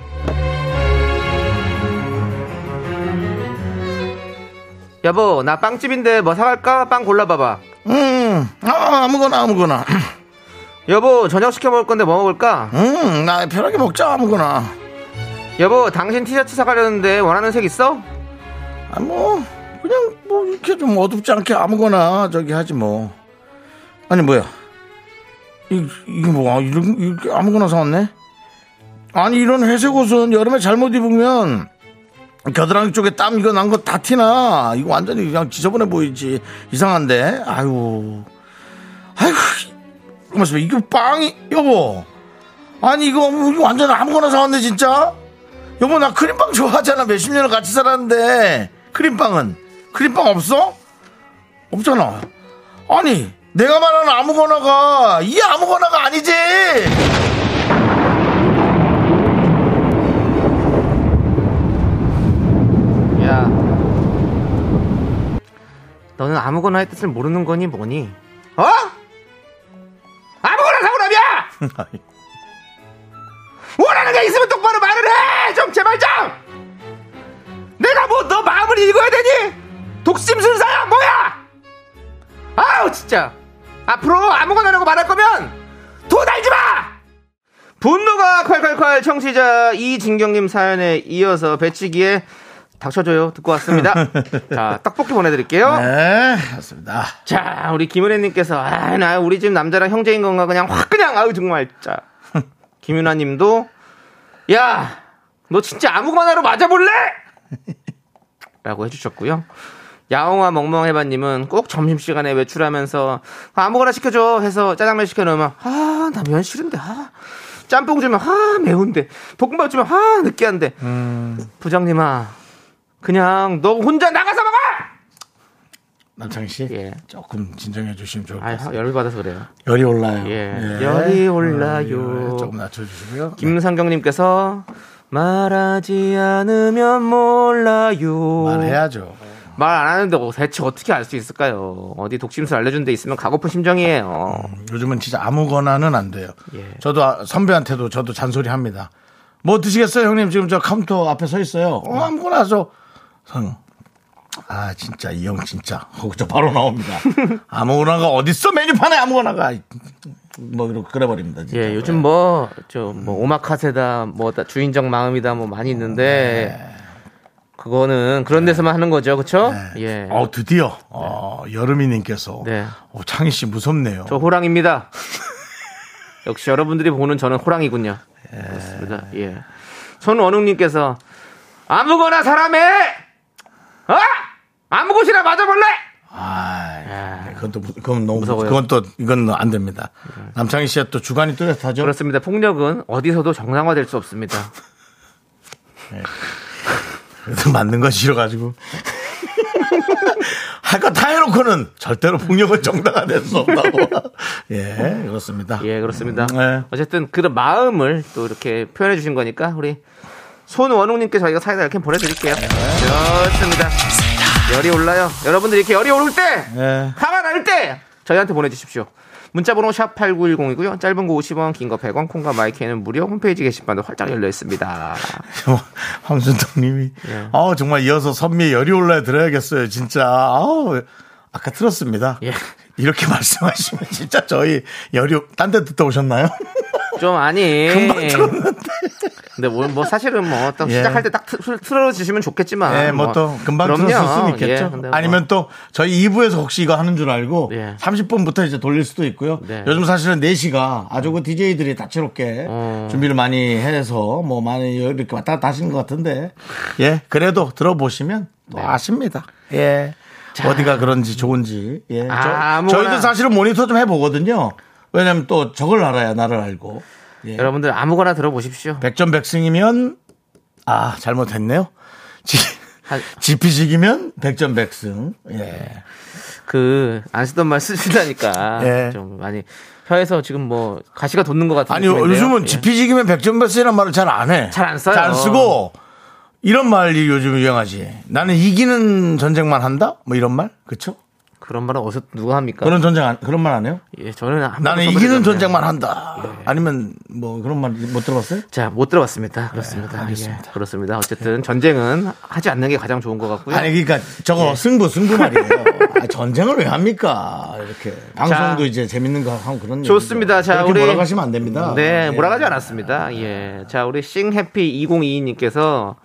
S2: 여보, 나 빵집인데 뭐 사갈까? 빵 골라봐봐.
S1: 음, 아, 아무거나 아무거나.
S2: 여보 저녁 시켜 먹을 건데 뭐 먹을까?
S1: 음, 나 편하게 먹자 아무거나.
S2: 여보 당신 티셔츠 사가려는데 원하는 색 있어?
S1: 아, 뭐 그냥 뭐 이렇게 좀 어둡지 않게 아무거나 저기 하지 뭐. 아니 뭐야? 이 이게 뭐 이런 이렇게 아무거나 사왔네? 아니 이런 회색 옷은 여름에 잘못 입으면 겨드랑이 쪽에 땀 이거 난 거 다 티나. 이거 완전히 그냥 지저분해 보이지. 이상한데. 아유. 아유. 말씀 이거 빵이 여보. 아니 이거 뭐 이거 완전 아무거나 사왔네 진짜. 여보 나 크림빵 좋아하잖아 몇십 년을 같이 살았는데 크림빵은 크림빵 없어? 없잖아 아니 내가 말하는 아무거나가 이 아무거나가 아니지
S2: 야 너는 아무거나 할 뜻을 모르는 거니 뭐니? 어? 아무거나 사오라며! 원하는 게 있으면 똑바로 말을 해! 좀 제발 좀! 내가 뭐 너 마음을 읽어야 되니? 독심술사야 뭐야? 아우 진짜 앞으로 아무거나라고 말할 거면 돈 알지 마! 분노가 콸콸콸 청취자 이진경님 사연에 이어서 배치기에 닥쳐줘요 듣고 왔습니다 자 떡볶이 보내드릴게요
S1: [laughs] 네 맞습니다
S2: 자, 우리 김은혜님께서 아, 나 우리 집 남자랑 형제인 건가 그냥 확 그냥 아유 정말 자. 김윤아님도 야, 너 진짜 아무거나로 맞아볼래? 라고 해주셨고요. 야옹아 멍멍해봐님은 꼭 점심시간에 외출하면서 아, 아무거나 시켜줘 해서 짜장면 시켜놓으면 아, 나 면 싫은데 아, 짬뽕 주면 아, 매운데 볶음밥 주면 아, 느끼한데 부장님아, 그냥 너 혼자 나가서 먹어!
S1: 남창희씨
S2: 예.
S1: 조금 진정해 주시면 좋을 것
S2: 아,
S1: 같아요
S2: 열받아서 그래요.
S1: 열이 올라요 네. 예,
S2: 예. 열이 올라요.
S1: 조금 낮춰주시고요
S2: 김상경님께서 말하지 않으면 몰라요.
S1: 말해야죠
S2: 말 안 하는데 어, 대체 어떻게 알 수 있을까요? 어디 독심술 알려준 데 있으면 가고픈 심정이에요.
S1: 요즘은 진짜 아무거나는 안 돼요.
S2: 예.
S1: 저도 아- 선배한테도 저도 잔소리 합니다. 뭐 드시겠어요, 형님? 지금 저 카운터 앞에 서 있어요.
S2: 네.
S1: 어, 아무거나 저 선. 아 진짜 이 형 진짜 거기서 바로
S2: [laughs]
S1: 나옵니다. 아무거나가 어딨어 메뉴판에 아무거나가 뭐 이렇게 그래버립니다. 진짜.
S2: 예, 요즘 뭐, 저, 뭐, 오마카세다, 뭐, 다 주인적 마음이다, 뭐, 많이 있는데, 그거는 그런 데서만 하는 거죠, 그쵸? 예.
S1: 어 드디어 어, 여름이님께서
S2: 네.
S1: 어, 창희 씨 무섭네요.
S2: 저 호랑입니다. [laughs] 역시 여러분들이 보는 저는 호랑이군요. 그렇습니다. 예. 손원웅님께서 아무거나 사람에 어? 아무 곳이나 맞아볼래?
S1: 아, 그건 또 무- 그건 너무
S2: 무서워요. 네.
S1: 그건 또 이건 안 됩니다. 남창희 씨가 또 주관이 뚜렷하죠.
S2: 그렇습니다. 폭력은 어디서도 정상화될 수 없습니다.
S1: 그래서 맞는 건 싫어가지고. [laughs] 할 거 다 해놓고는 절대로 폭력은 정당화될 수 없다고. [laughs] 예, 그렇습니다.
S2: 예, 그렇습니다.
S1: 음, 네.
S2: 어쨌든 그런 마음을 또 이렇게 표현해 주신 거니까 우리 손원웅님께 저희가 사이다 이렇게 보내드릴게요.
S1: 네.
S2: 좋습니다. 열이 올라요. 여러분들이 이렇게 열이 오를 때
S1: 예.
S2: 화가 날 때 저희한테 보내주십시오. 문자번호 샵 8910이고요. 짧은 거 50원, 긴 거 100원, 콩과 마이크는 무료 홈페이지 게시판도 활짝 열려 있습니다.
S1: 뭐, 황순덕님이
S2: 예.
S1: 아 정말 이어서 선미의 열이 올라야 들어야겠어요 진짜 아우 아까 들었습니다.
S2: 예.
S1: 이렇게 [laughs] 말씀하시면 진짜 저희 열이 딴 데 듣다 오셨나요?
S2: 좀 아니.
S1: 금방 들었는데.
S2: 근데 뭐, 뭐 사실은 뭐 딱
S1: 예.
S2: 시작할 때 딱 틀어주시면 좋겠지만.
S1: 예, 뭐 또 금방
S2: 아, 그럼요.
S1: 들었을 수는
S2: 예,
S1: 있겠죠.
S2: 근데 뭐
S1: 아니면 또 저희 2부에서 혹시 이거 하는 줄 알고
S2: 예.
S1: 30분부터 이제 돌릴 수도 있고요.
S2: 네.
S1: 요즘 사실은 4시가 아주 그 DJ들이 다채롭게
S2: 어.
S1: 준비를 많이 해서 뭐 많이 이렇게 왔다 갔다 하시는 것 같은데 예, 그래도 들어보시면 또
S2: 네.
S1: 아십니다. 예. 어디가 그런지 좋은지. 예.
S2: 아,
S1: 저-
S2: 아무거나.
S1: 저희도 사실은 모니터 좀 해보거든요. 왜냐면 또 저걸 알아야 나를 알고. 예.
S2: 여러분들 아무거나 들어보십시오.
S1: 백전백승이면 아 잘못했네요. 지,
S2: 한-
S1: 지피식이면 백전백승. 예.
S2: 그 안 쓰던 말 쓰시다니까
S1: 예.
S2: 좀 많이 혀에서 지금 뭐 가시가 돋는 것 같은
S1: 아니
S2: 느낌인데요.
S1: 요즘은
S2: 예.
S1: 지피식이면 백전백승이란 말을 잘 안 해.
S2: 잘안 써요.
S1: 잘안 쓰고 이런 말이 요즘 유행하지. 나는 이기는 전쟁만 한다. 뭐 이런 말, 그쵸
S2: 그런 말은 어디서 누가 합니까?
S1: 그러니까 그런 전쟁 안, 그런 말 안 해요?
S2: 예, 저는 한 번도
S1: 나는
S2: 써본
S1: 이기는
S2: 적이 없네요.
S1: 전쟁만 한다. 아니면 뭐 그런 말 못 들어봤어요?
S2: 자, 못 들어봤습니다. 그렇습니다.
S1: 네, 알겠습니다.
S2: 예, 그렇습니다. 어쨌든 전쟁은 하지 않는 게 가장 좋은 것 같고요.
S1: 아니 그러니까 저거 승부 승부 말이에요. 아, 전쟁을 왜 합니까? 이렇게 방송도 이제 재밌는 거 하고 그런
S2: 좋습니다. 자,
S1: 그렇게
S2: 우리
S1: 몰아가시면 안 됩니다.
S2: 네,
S1: 예.
S2: 몰아가지 않았습니다. 예. 자, 우리 싱해피 2022님께서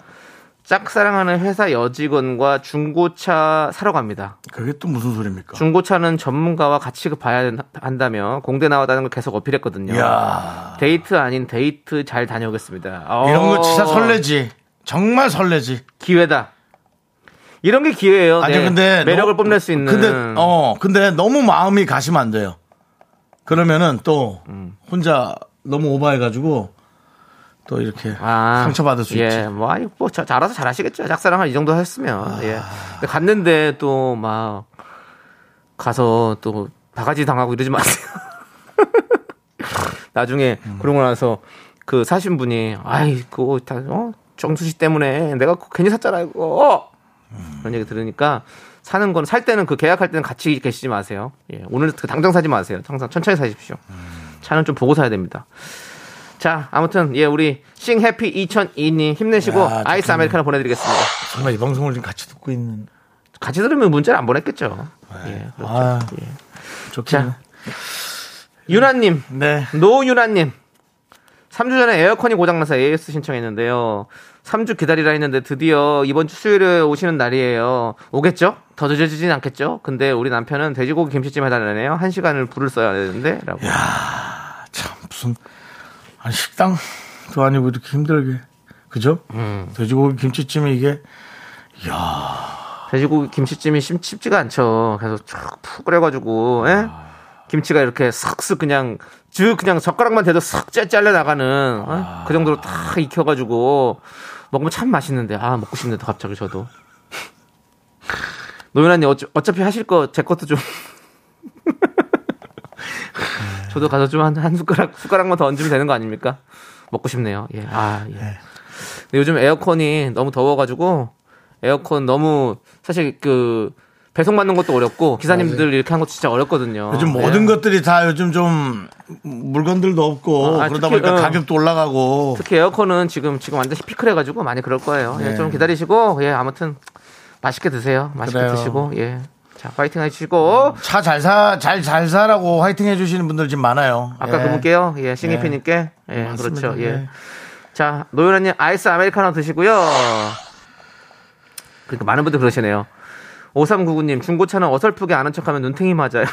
S2: 짝사랑하는 회사 여직원과 중고차 사러 갑니다.
S1: 그게 또 무슨 소리입니까?
S2: 중고차는 전문가와 같이 그 봐야 된- 한다며 공대 나왔다는 걸 계속 어필했거든요.
S1: 이야
S2: 데이트 아닌 데이트 잘 다녀오겠습니다. 어,
S1: 이런 거 진짜 설레지. 정말 설레지.
S2: 기회다. 이런 게 기회예요.
S1: 아니
S2: 네.
S1: 근데
S2: 매력을
S1: 너무-
S2: 뽐낼 수 있는.
S1: 근데 어 근데 너무 마음이 가시면 안 돼요. 그러면은 또 혼자 너무 오바해가지고 또 이렇게
S2: 아,
S1: 상처받을 수
S2: 예,
S1: 있지. 아.
S2: 뭐, 아니, 뭐, 자- 잘해서 잘하시겠죠. 짝사랑을 이 정도 했으면. 예. 근데 갔는데 또 막, 가서 또 바가지 당하고 이러지 마세요. [laughs] 나중에
S1: 음.
S2: 그러고 나서 그 사신 분이, 아이, 그거 다, 어? 정수 씨 때문에 내가 그거 괜히 샀잖아, 이거. 그런 얘기 들으니까 사는 건, 살 때는 그 계약할 때는 같이 계시지 마세요. 예. 오늘 그 당장 사지 마세요. 항상 천천히 사십시오.
S1: 음.
S2: 차는 좀 보고 사야 됩니다. 자, 아무튼 예 우리 싱해피 2002님 힘내시고
S1: 야,
S2: 아이스 아메리카노 보내드리겠습니다.
S1: 정말 이 방송을 지금 같이 듣고 있는.
S2: 같이 들으면 문자를 안 보냈겠죠. 예, 그렇죠.
S1: 아
S2: 예.
S1: 좋겠네.
S2: 자, 유나님,
S1: 네.
S2: 노유나님, 3주 전에 에어컨이 고장나서 AS 신청했는데요. 3주 기다리라 했는데 드디어 이번 주 수요일에 오시는 날이에요. 오겠죠? 더 늦어지진 않겠죠? 근데 우리 남편은 돼지고기 김치찜 해달라네요. 한 시간을 불을 써야 되는데. 라고.
S1: 참 무슨 아니 식당도 아니고 이렇게 힘들게 그죠?
S2: 음.
S1: 돼지고기 김치찜이 이게
S2: 돼지고기 김치찜이 심- 쉽지가 않죠. 그래서 쭉푹 끓여가지고, 예? 김치가 이렇게 싹쓱 그냥, 쭉 그냥 젓가락만 대도 싹 짜- 잘려 나가는, 어? 그 정도로 다 익혀가지고, 먹으면 참 맛있는데, 아, 먹고 싶네요, 갑자기 저도. 노현아님, 어차, 어차피 하실 거, 제 것도 좀.
S1: 네.
S2: 저도 가서 좀 한 한 숟가락, 숟가락만 더 얹으면 되는 거 아닙니까? 먹고 싶네요, 예. 아, 예. 근데 요즘 에어컨이 너무 더워가지고 에어컨 너무 사실 그 배송받는 것도 어렵고 기사님들 이렇게 한 것도 진짜 어렵거든요.
S1: 요즘
S2: 네.
S1: 모든 것들이 다 요즘 좀 물건들도 없고
S2: 아, 아,
S1: 그러다
S2: 특히,
S1: 보니까
S2: 어.
S1: 가격도 올라가고
S2: 특히 에어컨은 지금 지금 완전 히피클해가지고 많이 그럴 거예요. 예,
S1: 네.
S2: 좀 기다리시고 예 아무튼 맛있게 드세요. 맛있게
S1: 그래요. 음.
S2: 드시고 예. 자, 파이팅 해주시고,
S1: 차 잘 사, 잘, 잘 사라고 화이팅 해주시는 분들 지금 많아요.
S2: 아까
S1: 예.
S2: 그분께요, 예, 싱이피님께, 예,
S1: 맞습니다.
S2: 그렇죠, 예.
S1: 예.
S2: 자, 노현아님, 아이스 아메리카노 드시고요. 그러니까 많은 분들 그러시네요. 5399님, 중고차는 어설프게 아는 척하면 눈탱이 맞아요.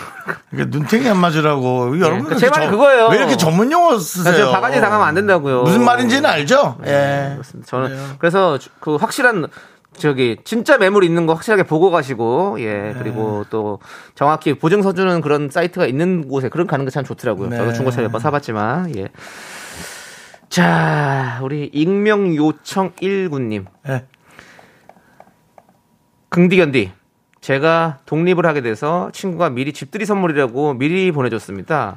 S1: 그러니까 눈탱이 안 맞으라고. 여러분
S2: 예. 제 말이 그거예요.
S1: 왜 이렇게 전문 용어 쓰세요?
S2: 사실 [laughs] 바가지 당하면 안 된다고요. 네,
S1: 무슨 말인지는 알죠? 예.
S2: 그렇습니다. 저는
S1: 그래요.
S2: 그래서 주- 그 확실한 저기 진짜 매물 있는 거 확실하게 보고 가시고
S1: 네.
S2: 예 그리고 또 정확히 보증서 주는 그런 사이트가 있는 곳에 그런 가는 게 참 좋더라고요.
S1: 네.
S2: 저도 중고차 몇 번 사봤지만 예. 자 우리 익명 요청 19님
S1: 예.
S2: 긍디견디. 제가 독립을 하게 돼서 친구가 미리 집들이 선물이라고 미리 보내줬습니다.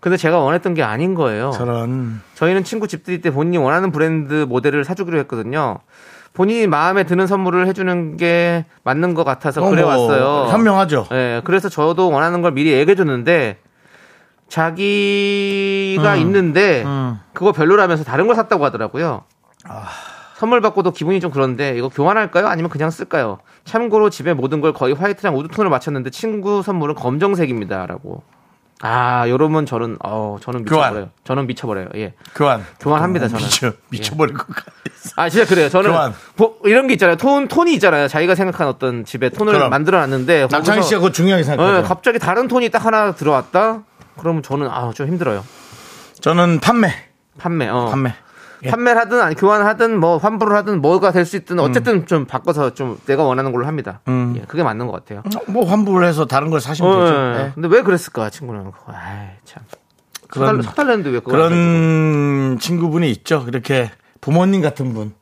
S2: 근데 제가 원했던 게 아닌 거예요.
S1: 저런.
S2: 저희는 친구 집들이 때 본인이 원하는 브랜드 모델을 사주기로 했거든요. 본인이 마음에 드는 선물을 해주는 게 맞는 것 같아서
S1: 어,
S2: 그래
S1: 뭐
S2: 왔어요.
S1: 현명하죠.
S2: 예, 그래서 저도 원하는 걸 미리 얘기해 줬는데 자기가 있는데
S1: 음. 아.
S2: 그거 별로라면서 다른 걸 샀다고 하더라고요. 선물 받고도 기분이 좀 그런데 이거 교환할까요? 아니면 그냥 쓸까요? 참고로 집에 모든 걸 거의 화이트랑 우드톤을 맞췄는데 친구 선물은 검정색입니다라고. 아, 여러분 저는 어 저는 미쳐버려요.
S1: 교환.
S2: 저는 미쳐버려요. 예.
S1: 교환. 음,
S2: 교환합니다, 저는.
S1: 미쳐, 미쳐버릴 것 같아.
S2: 아 진짜 그래요. 저는
S1: 교환.
S2: 보- 이런 게 있잖아요. 톤 톤이 있잖아요. 자기가 생각한 어떤 집에 톤을
S1: 그럼.
S2: 만들어놨는데
S1: 남창희
S2: 거기서-
S1: 씨가 그거 중요하게
S2: 네,
S1: 생각해요.
S2: 갑자기 다른 톤이 딱 하나 들어왔다. 그러면 저는 아 좀 힘들어요.
S1: 저는 판매.
S2: 판매, 어.
S1: 판매. 예.
S2: 판매를 하든 아니 교환하든 뭐 환불을 하든 뭐가 될 수 있든
S1: 음.
S2: 어쨌든 좀 바꿔서 좀 내가 원하는 걸로 합니다. 예, 그게 맞는 것 같아요.
S1: 뭐 환불을 해서 다른 걸 사시면
S2: 어,
S1: 되죠.
S2: 예.
S1: 예.
S2: 근데 왜 그랬을까 친구는 그거. 아이, 참.
S1: 그런-
S2: 그런 석달렸는데 왜 그걸 안 했지?
S1: 그런 친구분이 있죠. 이렇게 부모님 같은
S2: [laughs]
S1: 분.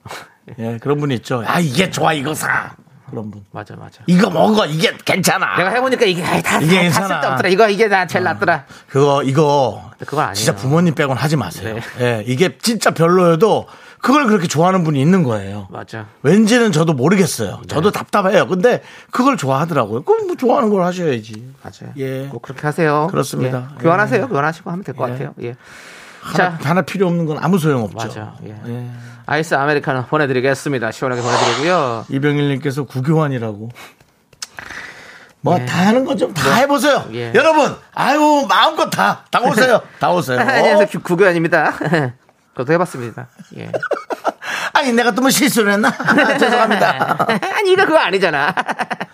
S1: 예, 그런 분이 있죠. 아, 이게 좋아, 이거 사. 그런 분.
S2: 맞아 맞아.
S1: 이거 먹어, 이게 괜찮아.
S2: 내가 해보니까 이게 아이, 다
S1: 이게
S2: 다, 다
S1: 괜찮아. 어.
S2: 쓸데없더라. 이거 이게 나 제일 낫더라.
S1: 그거, 이거.
S2: 그건 아니에요.
S1: 진짜 부모님 빼곤 하지 마세요.
S2: 네.
S1: 예, 이게 진짜 별로여도 그걸 그렇게 좋아하는 분이 있는 거예요.
S2: 맞아.
S1: 왠지는 저도 모르겠어요.
S2: 네.
S1: 저도 답답해요. 근데 그걸 좋아하더라고요. 그럼 뭐 좋아하는 걸 하셔야지.
S2: 맞아요.
S1: 예.
S2: 꼭 그렇게 하세요.
S1: 그렇습니다.
S2: 예. 교환하세요. 교환하시고 하면 될 것 같아요. 예.
S1: 하나, 하나 필요 없는 건 아무 소용 없죠.
S2: 맞아. 예. 아이스 아메리카노 보내드리겠습니다. 시원하게 보내드리고요.
S1: 어? 이병일님께서 구교환이라고. 뭐 다 하는 건 좀 다 해보세요.
S2: 네. 예.
S1: 여러분, 아유 마음껏 다, 다
S2: [laughs]
S1: 오세요. 다
S2: 아,
S1: 오세요.
S2: [laughs] 안녕하세요. 규- 구교환입니다. [laughs] 저도 해봤습니다. 예.
S1: [laughs] 아니 내가 또 뭐 실수를
S2: [laughs]
S1: 했나? [laughs] 죄송합니다.
S2: 아니 이거 그거 아니잖아.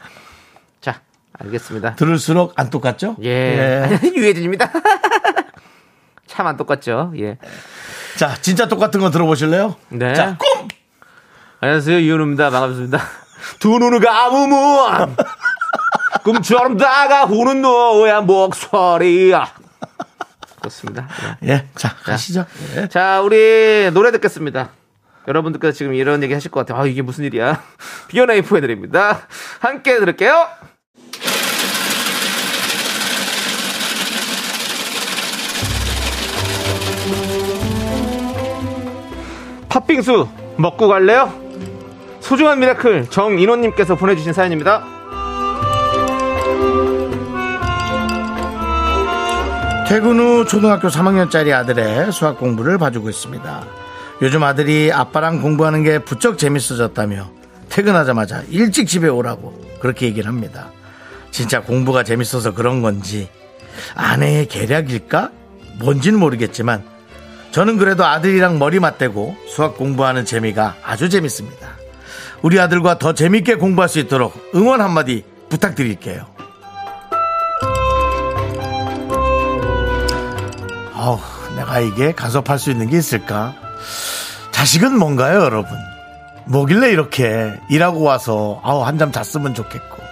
S2: [laughs] 자, 알겠습니다.
S1: 들을수록 안 똑같죠?
S2: 예. [laughs] 유해진입니다. 참 안 똑같죠. 예.
S1: 자, 진짜 똑같은 거 들어보실래요?
S2: 네.
S1: 자, 꿈!
S2: 안녕하세요. 이현우입니다. 반갑습니다. [laughs] 두 눈을 감으면 꿈처럼 다가오는 너의 목소리야. 그렇습니다. 예.
S1: 예. 자, 가시죠. 예.
S2: 자, 우리 노래 듣겠습니다. 여러분들께서 지금 이런 얘기 하실 것 같아요. 아, 이게 무슨 일이야. [laughs] 비오나 이프 해드립니다. 함께 들을게요. 팥빙수 먹고 갈래요? 소중한 미라클 정인호님께서 보내주신 사연입니다.
S1: 퇴근 후 초등학교 3학년짜리 아들의 수학 공부를 봐주고 있습니다. 요즘 아들이 아빠랑 공부하는 게 부쩍 재밌어졌다며 퇴근하자마자 일찍 집에 오라고 그렇게 얘기를 합니다. 진짜 공부가 재밌어서 그런 건지 아내의 계략일까? 뭔지는 모르겠지만 저는 그래도 아들이랑 머리 맞대고 수학 공부하는 재미가 아주 재밌습니다. 우리 아들과 더 재밌게 공부할 수 있도록 응원 한마디 부탁드릴게요. 아우, 내가 이게 간섭할 수 있는 게 있을까? 자식은 뭔가요, 여러분? 뭐길래 이렇게 일하고 와서 아우 한 잠 잤으면 좋겠고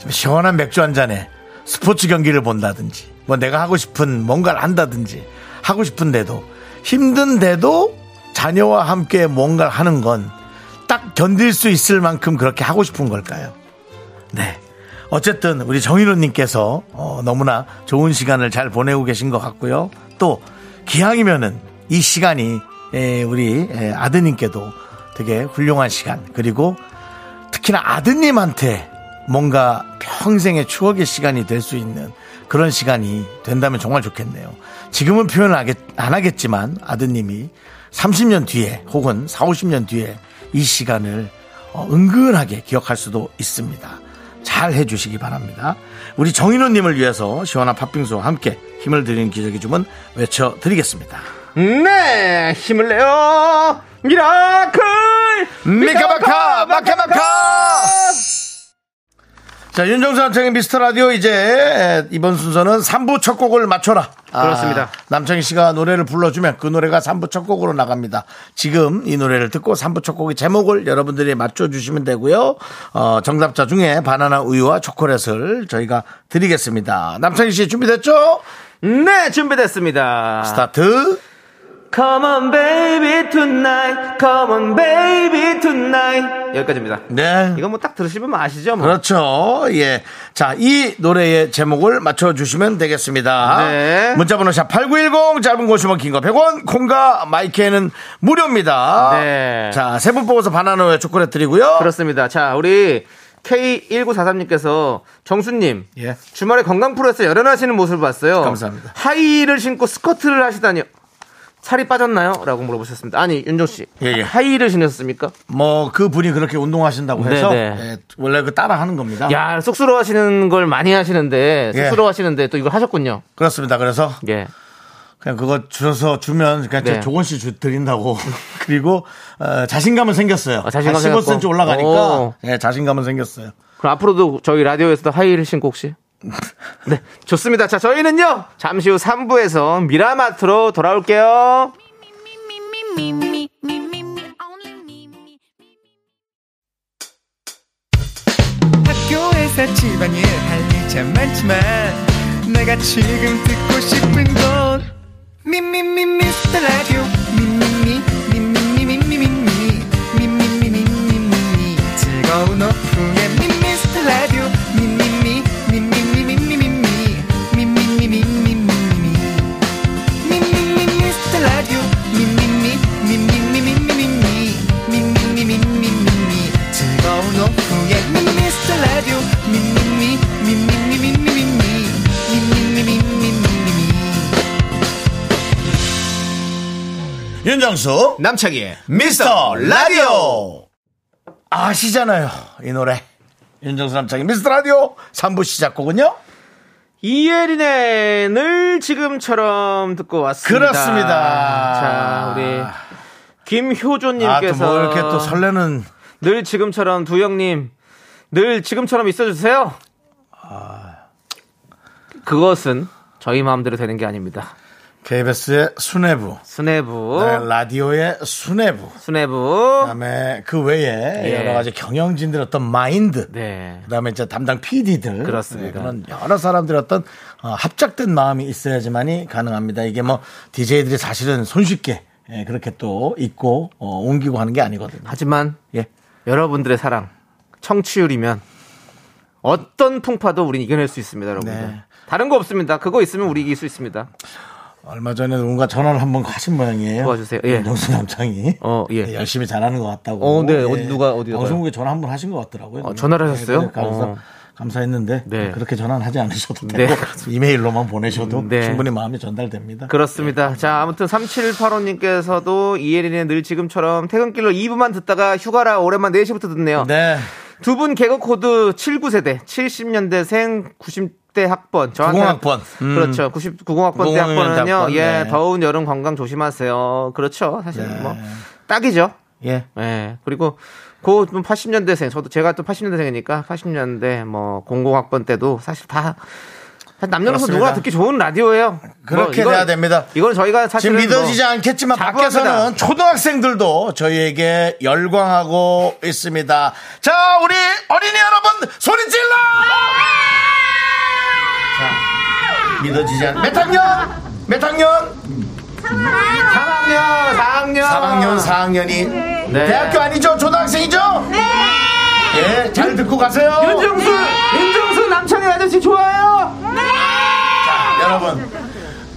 S1: 좀 시원한 맥주 한 잔에 스포츠 경기를 본다든지 뭐 내가 하고 싶은 뭔가를 한다든지 하고 싶은데도 힘든데도 자녀와 함께 뭔가를 하는 건 딱 견딜 수 있을 만큼 그렇게 하고 싶은 걸까요? 네. 어쨌든 우리 정인호님께서 어, 너무나 좋은 시간을 잘 보내고 계신 것 같고요. 또 기왕이면은 이 시간이 에, 우리 에, 아드님께도 되게 훌륭한 시간 그리고 특히나 아드님한테 뭔가 평생의 추억의 시간이 될 수 있는 그런 시간이 된다면 정말 좋겠네요. 지금은 표현을 하겠- 안 하겠지만 아드님이 30년 뒤에 혹은 4, 50년 뒤에 이 시간을 어, 은근하게 기억할 수도 있습니다. 잘 해주시기 바랍니다. 우리 정인호님을 위해서 시원한 팥빙수와 함께 힘을 드리는 기적의 주문 외쳐드리겠습니다.
S2: 네! 힘을 내요! 미라클!
S1: 미카마카 마카마카 자 윤정수 남창의 미스터 라디오 이제 에, 이번 순서는 3부 첫 곡을 맞춰라 아,
S2: 그렇습니다.
S1: 남창희 씨가 노래를 불러주면 그 노래가 3부 첫 곡으로 나갑니다 지금 이 노래를 듣고 3부 첫 곡의 제목을 여러분들이 맞춰주시면 되고요 어, 정답자 중에 바나나 우유와 초콜릿을 저희가 드리겠습니다 남창희 씨 준비됐죠?
S2: 네, 준비됐습니다.
S1: 스타트
S2: Come on baby tonight, come on baby tonight. 여기까지입니다.
S1: 네
S2: 이건 뭐 딱 들으시면 아시죠? 뭐.
S1: 그렇죠. 예. 자, 이 노래의 제목을 맞춰주시면 되겠습니다.
S2: 네.
S1: 문자번호 샵8910, 짧은 곳 50원, 긴거 100원, 콩과 마이크에는 무료입니다.
S2: 네.
S1: 자, 세 분 뽑아서 바나나우유 초콜릿 드리고요.
S2: 그렇습니다. 자, 우리 K1943님께서 정수님.
S1: 예.
S2: 주말에 건강 프로에서 열연하시는 모습을 봤어요.
S1: 감사합니다.
S2: 하이힐을 신고 스커트를 하시다니. 살이 빠졌나요? 라고 물어보셨습니다. 아니, 윤종씨.
S1: 예, 예.
S2: 하이힐을 신으셨습니까?
S1: 뭐, 그 분이 그렇게 운동하신다고 해서,
S2: 네, 네.
S1: 예, 원래 그 따라 하는 겁니다.
S2: 야, 쑥스러워 하시는 걸 많이 하시는데,
S1: 예.
S2: 쑥스러워 하시는데 또 이걸 하셨군요.
S1: 그렇습니다. 그래서
S2: 예.
S1: 그냥 그거 주셔서 주면 그냥
S2: 네.
S1: 저 조건 씨 주- 드린다고 [laughs] 그리고 어, 자신감은 생겼어요.
S2: 아, 자신감
S1: 한 15cm
S2: 생겼고.
S1: 올라가니까
S2: 오.
S1: 예, 자신감은 생겼어요.
S2: 그럼 앞으로도 저희 라디오에서도 하이힐을 신고 혹시? 네, 좋습니다. 자, 저희는요, 잠시 후 3부에서 미라마트로 돌아올게요.
S7: 학교에서 집안일 할 일 참 많지만 내가 지금 듣고 싶은 건 미미미 미스터 라디오 미미미 미미미 미미미 미미미 미미미 즐거운 오후에 미스터 라디오 미미미 미미미 미미미 미미미 미미미 미미미 미스터 라디오 미미미 미미미 미미미
S1: 윤정수
S3: 남창희의
S1: 미스터 라디오 아시잖아요 이 노래 윤정수 남창희 미스터 라디오 3부 시작곡은요
S2: 이예린의 늘 지금처럼 듣고 왔습니다.
S1: 그렇습니다.
S2: 자, 우리 김효조님께서
S1: 아또 뭐 이렇게 또 설레는
S2: 늘 지금처럼 두 형님 늘 지금처럼 있어주세요.
S1: 아.
S2: 그것은 저희 마음대로 되는 게 아닙니다.
S1: KBS의 수뇌부
S2: 수뇌부,
S1: 네, 라디오의 수뇌부
S2: 어? 수뇌부.
S1: 그다음에 그 외에 여러 가지 경영진들 어떤 마인드
S2: 네.
S1: 그다음에 이제 담당 PD들 네,
S2: 그렇습니다.
S1: 그런 여러 사람들 어떤 어, 합작된 마음이 있어야지만이 가능합니다. 이게 뭐 DJ들이 사실은 손쉽게 예, 그렇게 또 있고 어, 옮기고 하는 게 아니거든요.
S2: 하지만
S1: 예.
S2: 여러분들의 사랑, 청취율이면 어떤 풍파도 우린 이겨낼 수 있습니다, 여러분들.
S1: 네.
S2: 다른 거 없습니다. 그거 있으면 우리 이길 수 있습니다.
S1: 얼마 전에 누군가 전화를 한 번 하신 모양이에요.
S2: 도와주세요. 예.
S1: 정수 남창이
S2: 어, 예.
S1: 예, 열심히 잘하는 것 같다고. 예.
S2: 어, 네. 어디 누가, 어디다가요?
S1: 방송국에 전화 한 번 하신 것 같더라고요.
S2: 어, 전화를 하셨어요?
S1: 네, 감사,
S2: 어.
S1: 감사했는데
S2: 네.
S1: 그렇게 전화는 하지 않으셔도
S2: 네.
S1: 되고 이메일로만 보내셔도
S2: 네.
S1: 충분히 마음이 전달됩니다.
S2: 그렇습니다. 자, 아무튼 3785님께서도 이혜린의 늘 지금처럼 퇴근길로 2부만 듣다가 휴가라 오랜만 4시부터 듣네요.
S1: 네.
S2: 두 분 개그 코드 79세대, 70년대생, 90대 학번. 저한테
S1: 90 학번. 음.
S2: 그렇죠. 90, 90학번 대
S1: 90
S2: 학번은요.
S1: 학번,
S2: 예,
S1: 네.
S2: 더운 여름 건강 조심하세요. 그렇죠. 사실 뭐 딱이죠.
S1: 예.
S2: 예. 그리고 그 80년대생, 저도 제가 또 80년대생이니까 80년대 뭐 00학번 때도 사실 다 사실 남녀노소
S1: 그렇습니다.
S2: 누구나 듣기 좋은 라디오예요. 뭐
S1: 그렇게
S2: 이건-
S1: 돼야 됩니다.
S2: 이건 저희가
S1: 지금
S2: 사실은
S1: 믿어지지
S2: 뭐-
S1: 않겠지만
S2: 자부합니다.
S1: 밖에서는 초등학생들도 저희에게 열광하고 있습니다. 자, 우리 어린이 여러분 소리 질러! 자, 믿어지지 않. 몇 학년? 몇 학년?
S2: 3학년, 4학년,
S1: 3학년, 4학년이
S2: 아. 네.
S1: 대학교 아니죠? 초등학생이죠?
S6: 네.
S1: 예, 잘 듣고 가세요.
S2: 윤정수, 윤정수 남창희 아저씨 좋아요.
S1: 여러분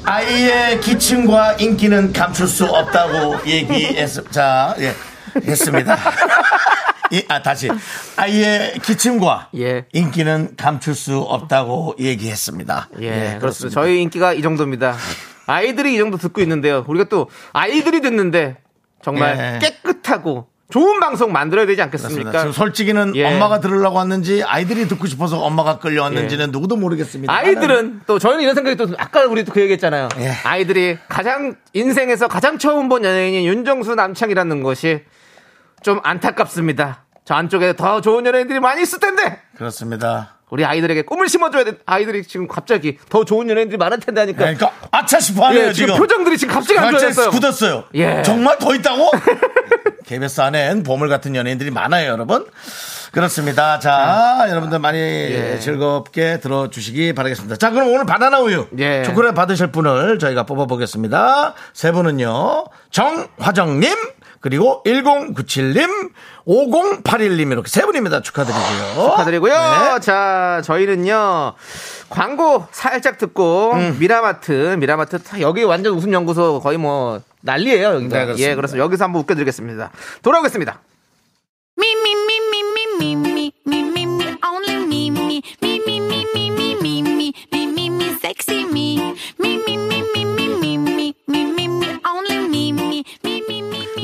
S1: 아이의 기침과 인기는 감출 수 없다고 얘기했습니다. 자, 예, 했습니다. [laughs] 이, 아 다시 아이의 기침과
S2: 예.
S1: 인기는 감출 수 없다고 얘기했습니다.
S2: 예, 그렇습니다. 저희 인기가 이 정도입니다. 아이들이 이 정도 듣고 있는데요. 우리가 또 아이들이 듣는데
S1: 예.
S2: 정말 깨끗하고 좋은 방송 만들어야 되지 않겠습니까?
S1: 그렇습니다. 지금 솔직히는
S2: 예.
S1: 엄마가 들으려고 왔는지 아이들이 듣고 싶어서 엄마가 끌려왔는지는 누구도 모르겠습니다.
S2: 예. 아이들은 또 저희는 이런 생각이 또 아까 우리 그 얘기했잖아요.
S1: 예.
S2: 아이들이 가장 인생에서 가장 처음 본 연예인인 윤정수 남창이라는 것이 좀 안타깝습니다. 저 안쪽에 더 좋은 연예인들이 많이 있을 텐데
S1: 그렇습니다.
S2: 우리 아이들에게 꿈을 심어줘야 돼. 아이들이 지금 갑자기 더 좋은 연예인들이 많을 텐데 하니까
S1: 그러니까 아차 싶어 하네요
S2: 예, 지금,
S1: 지금.
S2: 표정들이 지금 갑자기 안
S1: 갑자기
S2: 좋아졌어요.
S1: 굳었어요.
S2: 예.
S1: 정말 더 있다고? [laughs] KBS 안엔 보물 같은 연예인들이 많아요, 여러분. 그렇습니다. 자,
S2: 음.
S1: 여러분들 많이
S2: 예.
S1: 즐겁게 들어주시기 바라겠습니다. 자, 그럼 오늘 바나나 우유.
S2: 예.
S1: 초콜릿 받으실 분을 저희가 뽑아보겠습니다. 세 분은요, 정화정님, 그리고 1097님, 5081님 이렇게 세 분입니다. 축하드리고요.
S2: 축하드리고요.
S1: 네.
S2: 자, 저희는요. 광고 살짝 듣고 미라마트, 미라마트 다 여기 완전 웃음 연구소 거의 뭐 난리예요, 여기가.
S1: 네, 그렇습니다.
S2: 예, 그래서 여기서 한번 웃겨 드리겠습니다. 돌아오겠습니다.
S6: Me, me, me, me, me, me, me, me, me, me, only me, me, me, me, me, me, me, me, me, me, me, me, sexy me. Me, me, me, me, me, me, me, me, me, me, only me, me, me, me, me, me.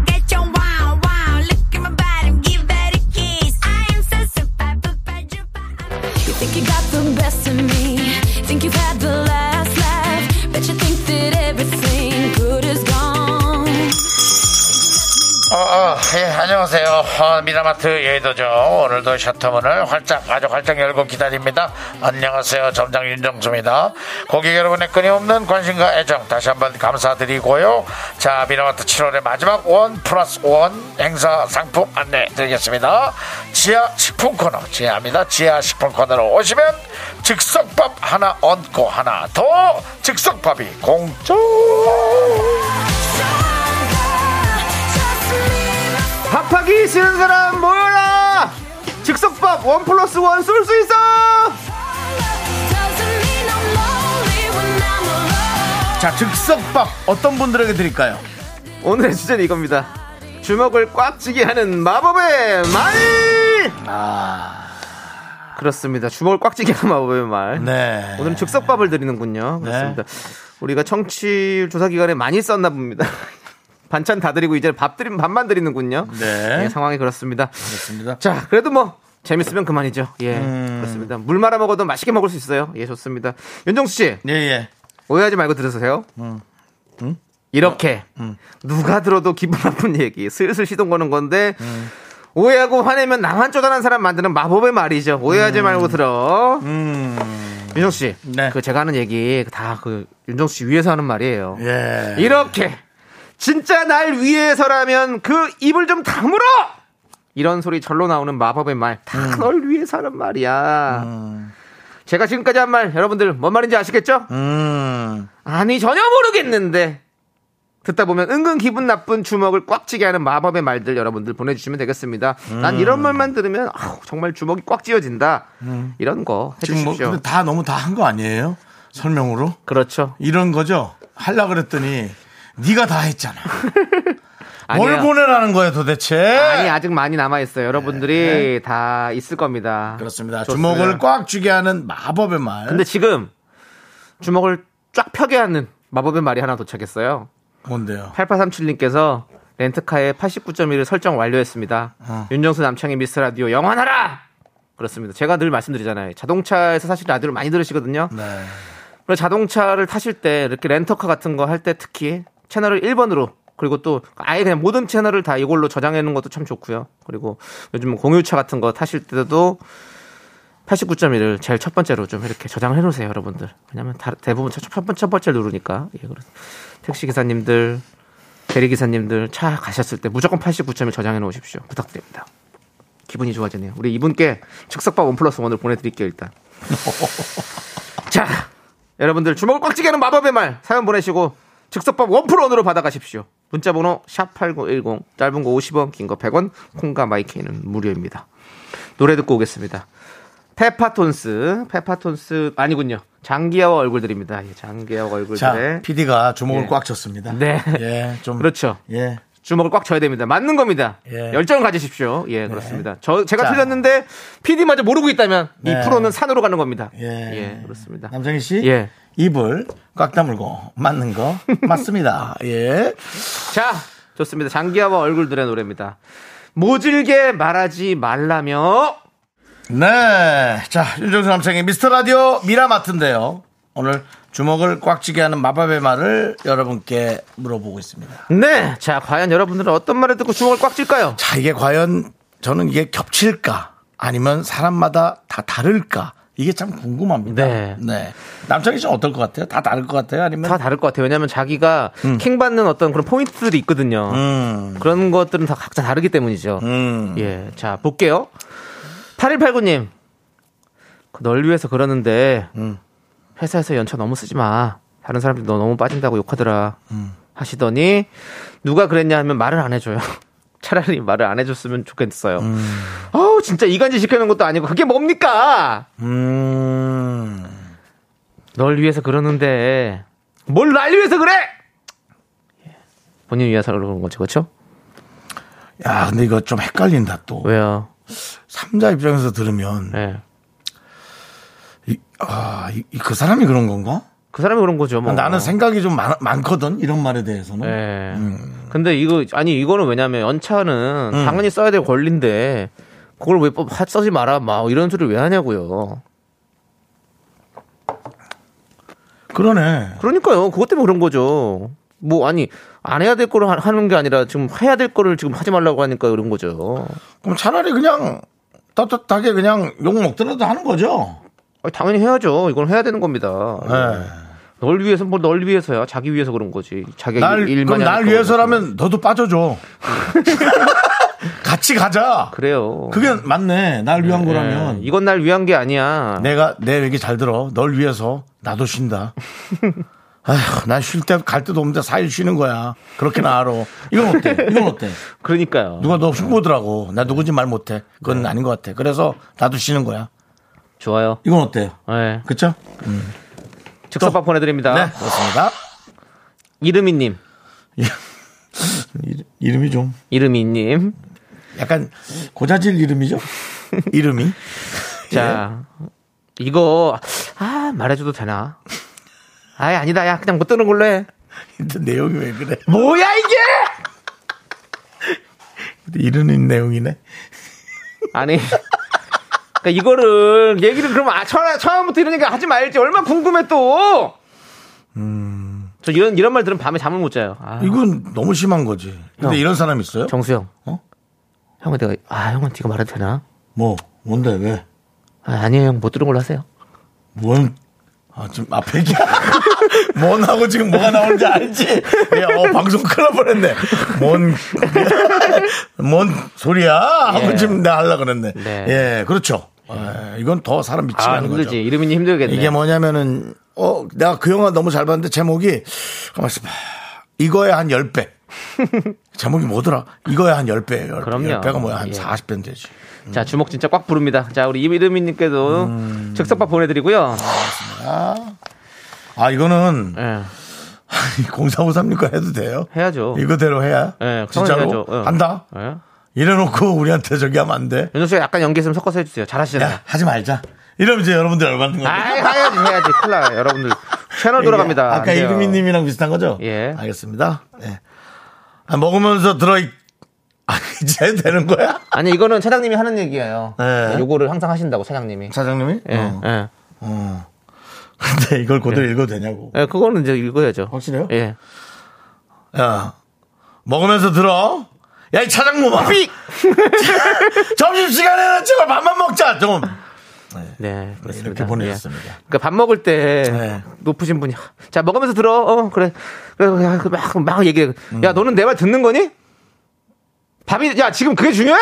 S6: got your wow, wow. Look at my body, give that a kiss. I am so super, super, duper. You think you got the best of me? Think you've had the last laugh? Bet you think that everything good is gone.
S1: 어, 어, 예, 안녕하세요 어, 미라마트 예도죠 오늘도 셔터문을 활짝 아주 활짝 열고 기다립니다 안녕하세요 점장 윤정수입니다 고객 여러분의 끊임없는 관심과 애정 다시 한번 감사드리고요 자 미라마트 7월의 마지막 원 플러스 원 행사 상품 안내 드리겠습니다 지하 식품 코너 지하입니다 지하 식품 코너로 오시면 즉석밥 하나 얹고 하나 더 즉석밥이 공짜
S2: 밥하기 싫은 사람 모여라! 즉석밥 원 플러스 원 쏠 수 있어
S6: Doesn't mean I'm lonely when I'm alone.
S1: 자, 즉석밥 어떤 분들에게 드릴까요?
S2: 오늘의 주제는 이겁니다 주먹을 꽉 쥐게 하는 마법의 말 아. 그렇습니다 주먹을 꽉 쥐게 하는 마법의 말
S1: 네.
S2: 오늘은 즉석밥을 드리는군요 그렇습니다 우리가 청취율 조사 기간에 많이 썼나 봅니다 [laughs] 반찬 다 드리고 이제 밥 드리면 밥만 드리는군요
S1: 네.
S2: 상황이 그렇습니다
S1: 그렇습니다.
S2: 자, 그래도 뭐 재밌으면 그만이죠. 예,
S1: 음.
S2: 그렇습니다. 물 말아 먹어도 맛있게 먹을 수 있어요. 예, 좋습니다. 윤정수 씨
S1: 예, 예.
S2: 오해하지 말고 들으세요.
S1: 음.
S2: 이렇게 누가 들어도 기분 나쁜 얘기 슬슬 시동 거는 건데
S1: 음.
S2: 오해하고 화내면 나만 쪼잔한 사람 만드는 마법의 말이죠. 오해하지 말고 들어. 음. 윤정수 씨,
S1: 음. 네.
S2: 그 제가 하는 얘기 다 그 윤정수 씨 위해서 하는 말이에요.
S1: 예.
S2: 이렇게 진짜 날 위해서라면 그 입을 좀 다물어 이런 소리 절로 나오는 마법의 말
S1: 음.
S2: 다 널 위해서 하는 말이야 제가 지금까지 한 말 여러분들 뭔 말인지 아시겠죠?
S1: 음.
S2: 아니 전혀 모르겠는데 듣다 보면 은근 기분 나쁜 주먹을 꽉 쥐게 하는 마법의 말들 여러분들 보내주시면 되겠습니다
S1: 음.
S2: 난 이런 말만 들으면 아우, 정말 주먹이 꽉 쥐어진다 이런 거
S1: 음. 지금 뭐,
S2: 해주십시오
S1: 근데 다 너무 다 한 거 아니에요? 설명으로?
S2: 그렇죠
S1: 이런 거죠? 하려 그랬더니, 네가 다 했잖아. 뭘
S2: [laughs] 아니야.
S1: 보내라는 거야 도대체?
S2: 아니 아직 많이 남아 있어요. 여러분들이 다 있을 겁니다.
S1: 네. 그렇습니다.
S2: 좋습니다.
S1: 주먹을 꽉 쥐게 하는 마법의 말.
S2: 근데 지금 주먹을 쫙 펴게 하는 마법의 말이 하나 도착했어요.
S1: 뭔데요?
S2: 8837님께서 렌트카에 89.1을 설정 완료했습니다. 윤정수 남창의 미스 라디오 영원하라. 그렇습니다. 제가 늘 말씀드리잖아요. 자동차에서 사실 라디오를 많이 들으시거든요.
S1: 네.
S2: 그리고 자동차를 타실 때 이렇게 렌터카 같은 거 할 때 특히 채널을 1번으로 그리고 또 아예 그냥 모든 채널을 다 이걸로 저장해 놓은 것도 참 좋고요. 그리고 요즘 공유차 같은 거 타실 때도 89.1을 제일 첫 번째로 좀 이렇게 저장을 해 놓으세요, 여러분들. 왜냐면 다- 대부분 첫, 첫 번째 첫 번째를 누르니까. 예, 그렇 택시 기사님들, 대리 기사님들 차 가셨을 때 무조건 89.1 저장해 놓으십시오. 부탁드립니다. 기분이 좋아지네요. 우리 이분께 즉석밥 원 플러스 원을 보내드릴게요, 일단. 자, 여러분들 주먹을 꽉 쥐게 하는 마법의 말 사연 보내시고 즉석밥 원프론으로 받아가십시오. 문자번호 샵8910 짧은 거 50원 긴 거 100원 콩과 마이케이는 무료입니다. 노래 듣고 오겠습니다. 페파톤스 페파톤스 아니군요. 장기하와 얼굴들입니다. 예, 장기하와
S1: 자,
S2: 얼굴들의
S1: PD가 주먹을
S2: 예.
S1: 꽉 쳤습니다.
S2: 네.
S1: 예, 좀
S2: 그렇죠.
S1: 예.
S2: 주먹을 꽉 져야 됩니다. 맞는 겁니다.
S1: 예. 네.
S2: 열정을 가지십시오. 예, 그렇습니다. 저 제가
S1: 자.
S2: 틀렸는데 PD마저 모르고 있다면
S1: 네.
S2: 이 프로는 산으로 가는 겁니다.
S1: 예.
S2: 그렇습니다.
S1: 남정희 씨.
S2: 예.
S1: 입을 꽉 다물고 맞는
S2: [laughs]
S1: 거 맞습니다. 예.
S2: 자, 좋습니다. 장기하와 얼굴들의 노래입니다. 모질게 말하지 말라며
S1: 네. 자, 윤정수 남성의 미스터 라디오 미라마트인데요. 오늘 주먹을 꽉 쥐게 하는 마법의 말을 여러분께 물어보고 있습니다.
S2: 네, 자 과연 여러분들은 어떤 말을 듣고 주먹을 꽉 쥘까요?
S1: 자, 이게 과연 저는 이게 겹칠까? 아니면 사람마다 다 다를까? 이게 참 궁금합니다.
S2: 네.
S1: 남창희 씨는 어떨 것 같아요? 다 다를 것 같아요? 아니면
S2: 다 다를 것 같아요. 왜냐하면 자기가
S1: 음.
S2: 킹 받는 어떤 그런 포인트들이 있거든요. 그런 것들은 다 각자 다르기 때문이죠.
S1: 음.
S2: 예, 자 볼게요. 8189님, 그 널 위해서 그러는데
S1: 음.
S2: 회사에서 연차 너무 쓰지 마. 다른 사람들이 너 너무 빠진다고 욕하더라.
S1: 음.
S2: 하시더니 누가 그랬냐 하면 말을 안 해줘요. [laughs] 차라리 말을 안 해줬으면 좋겠어요.
S1: 음.
S2: 아우 진짜 이간질 시키는 것도 아니고 그게 뭡니까?
S1: 음.
S2: 널 위해서 그러는데 뭘 날 위해서 그래? 예. 본인 위해서 그런 거죠, 그렇죠?
S1: 야, 근데 이거 좀 헷갈린다 또.
S2: 왜요?
S1: 삼자 입장에서 들으면
S2: 예.
S1: 이, 아, 이- 이- 그 사람이 그런 건가?
S2: 그 사람이 그런 거죠, 뭐.
S1: 나는 생각이 음. 좀 많, 많거든 이런 말에 대해서는.
S2: 예. 근데 이거 아니 이거는 왜냐면 연차는
S1: 음.
S2: 당연히 써야 될 권리인데 그걸 왜 뽑- 하- 써지 마라 막 이런 소리를 왜 하냐고요.
S1: 그러네.
S2: 그러니까요. 그것 때문에 그런 거죠. 뭐 아니 안 해야 될 거를 하- 하는 게 아니라 지금 해야 될 거를 지금 하지 말라고 하니까 그런 거죠.
S1: 그럼 차라리 그냥 떳떳하게 그냥 욕 먹더라도 하는 거죠.
S2: 아니, 당연히 해야죠. 이건 해야 되는 겁니다.
S1: 예.
S2: 그러니까 널 위해서 뭘 널 위해서야 자기 위해서 그런 거지 자기
S1: 날
S2: 일만
S1: 그럼 날 위해서라면 너도
S2: [laughs]
S1: 빠져줘. 같이 가자.
S2: 그래요
S1: 그게 맞네. 날 위한 거라면. 네.
S2: 예, 이건 날 위한 게 아니야
S1: [laughs] 내가 내 얘기 잘 들어. 널 위해서 나도 쉰다. 아휴, 난 쉴 때 갈 데도 없는데 4일 쉬는 거야. 그렇게 나 알아. 이건 어때? 이건 어때?
S2: 그러니까요.
S1: 누가 너 흉보더라고. 나 누군지 말 못해. 그건 아닌 것 같아. 그래서 나도 쉬는 거야.
S2: 좋아요.
S1: 이건 어때요?
S2: 네.
S1: 그쵸?
S2: 즉석밥 보내드립니다.
S1: 네, 그렇습니다.
S2: 이름이님,
S1: 이름- 이름이 좀
S2: 이름이님.
S1: 약간 고자질 이름이죠? [laughs] 이름이? [laughs] 예.
S2: 자, 이거, 아, 말해줘도 되나? 아예 아니다. 야, 그냥 못 뜨는 걸로 해.
S1: 근데 내용이 왜 그래?
S2: 뭐야, 이게!
S1: 근데 이런 내용이네.
S2: 아니. 그러니까 이거를, 얘기를 그럼 아, 처- 처음부터 이런 얘기 하지 말지. 얼마나 궁금해, 또! 저 이런, 이런 말 들으면 밤에 잠을 못 자요. 아,
S1: 음. 이건 너무 심한 거지. 근데
S2: 형.
S1: 이런 사람 있어요?
S2: 정수형.
S1: 어?
S2: 형은 내가, 아, 형은 이거 말해도 되나?
S1: 뭐 뭔데 왜?
S2: 아, 아니에요, 형. 못 들은 걸로 하세요.
S1: 뭔? 아좀 앞에 얘기. [laughs] 뭔 하고 지금 뭐가 나오는지 알지? 야, 어, 방송 큰일 날 뻔했네. 뭔? [laughs] 뭔 소리야? 하고
S2: 예.
S1: 지금 내가 하려 그랬네.
S2: 네.
S1: 예, 그렇죠. 예, 이건 더 사람 미치게
S2: 아,
S1: 하는
S2: 힘들지.
S1: 거죠.
S2: 이름이님 힘들겠네.
S1: 이게 뭐냐면은 어 내가 그 영화 너무 잘 봤는데 제목이 가만 있어봐 이거의 한
S2: [laughs]
S1: 10배 제목이 뭐더라 이거의 한 10배예요 10배.
S2: 그럼요.
S1: 10배가 뭐야 한
S2: 예.
S1: 40배는 되지
S2: 자, 주먹 진짜 꽉 부릅니다. 자, 우리 이름이님께도
S1: 음.
S2: 즉석밥 보내드리고요.
S1: 아 이거는 [laughs]
S2: 예,
S1: 0453니까 해도 돼요
S2: 해야죠.
S1: 이거대로 해야
S2: 예,
S1: 진짜로
S2: 해야죠. 예.
S1: 한다
S2: 예.
S1: 이래놓고 우리한테 저기 하면 안돼
S2: 윤호 씨가 약간 연기 있으면 섞어서 해주세요. 잘하시잖아요.
S1: 야 하지 말자 이러면 이제 여러분들 열받는 거죠
S2: 예. 아, 해야지, 해야지. 큰일 나요. 여러분들. 채널 돌아갑니다.
S1: 예, 아까
S2: 안 돼요.
S1: 이름이님이랑 비슷한 거죠?
S2: 예.
S1: 알겠습니다. 예. 아, 먹으면서 들어있, 아, [laughs] 이제 되는 거야?
S2: 아니, 이거는 차장님이 하는 얘기예요.
S1: 네.
S2: 요거를 항상 하신다고, 차장님이.
S1: 사장님이?
S2: 예,
S1: 어.
S2: 예.
S1: 근데 이걸 그대로 읽어도 되냐고.
S2: 예, 그거는 이제 읽어야죠.
S1: 확실해요?
S2: 예.
S1: 야, 먹으면서 들어. 야, 이 차장놈아. [laughs] 점심시간에는 제발 밥만 먹자. 좀.
S2: 네. 그렇습니다.
S1: 이렇게 보내셨습니다.
S2: 그러니까 밥 먹을 때
S1: 네.
S2: 높으신 분이 자 먹으면서 들어 어 그래 그래 막막 얘기해
S1: 음.
S2: 야 너는 내 말 듣는 거니 밥이 야 지금 그게 중요해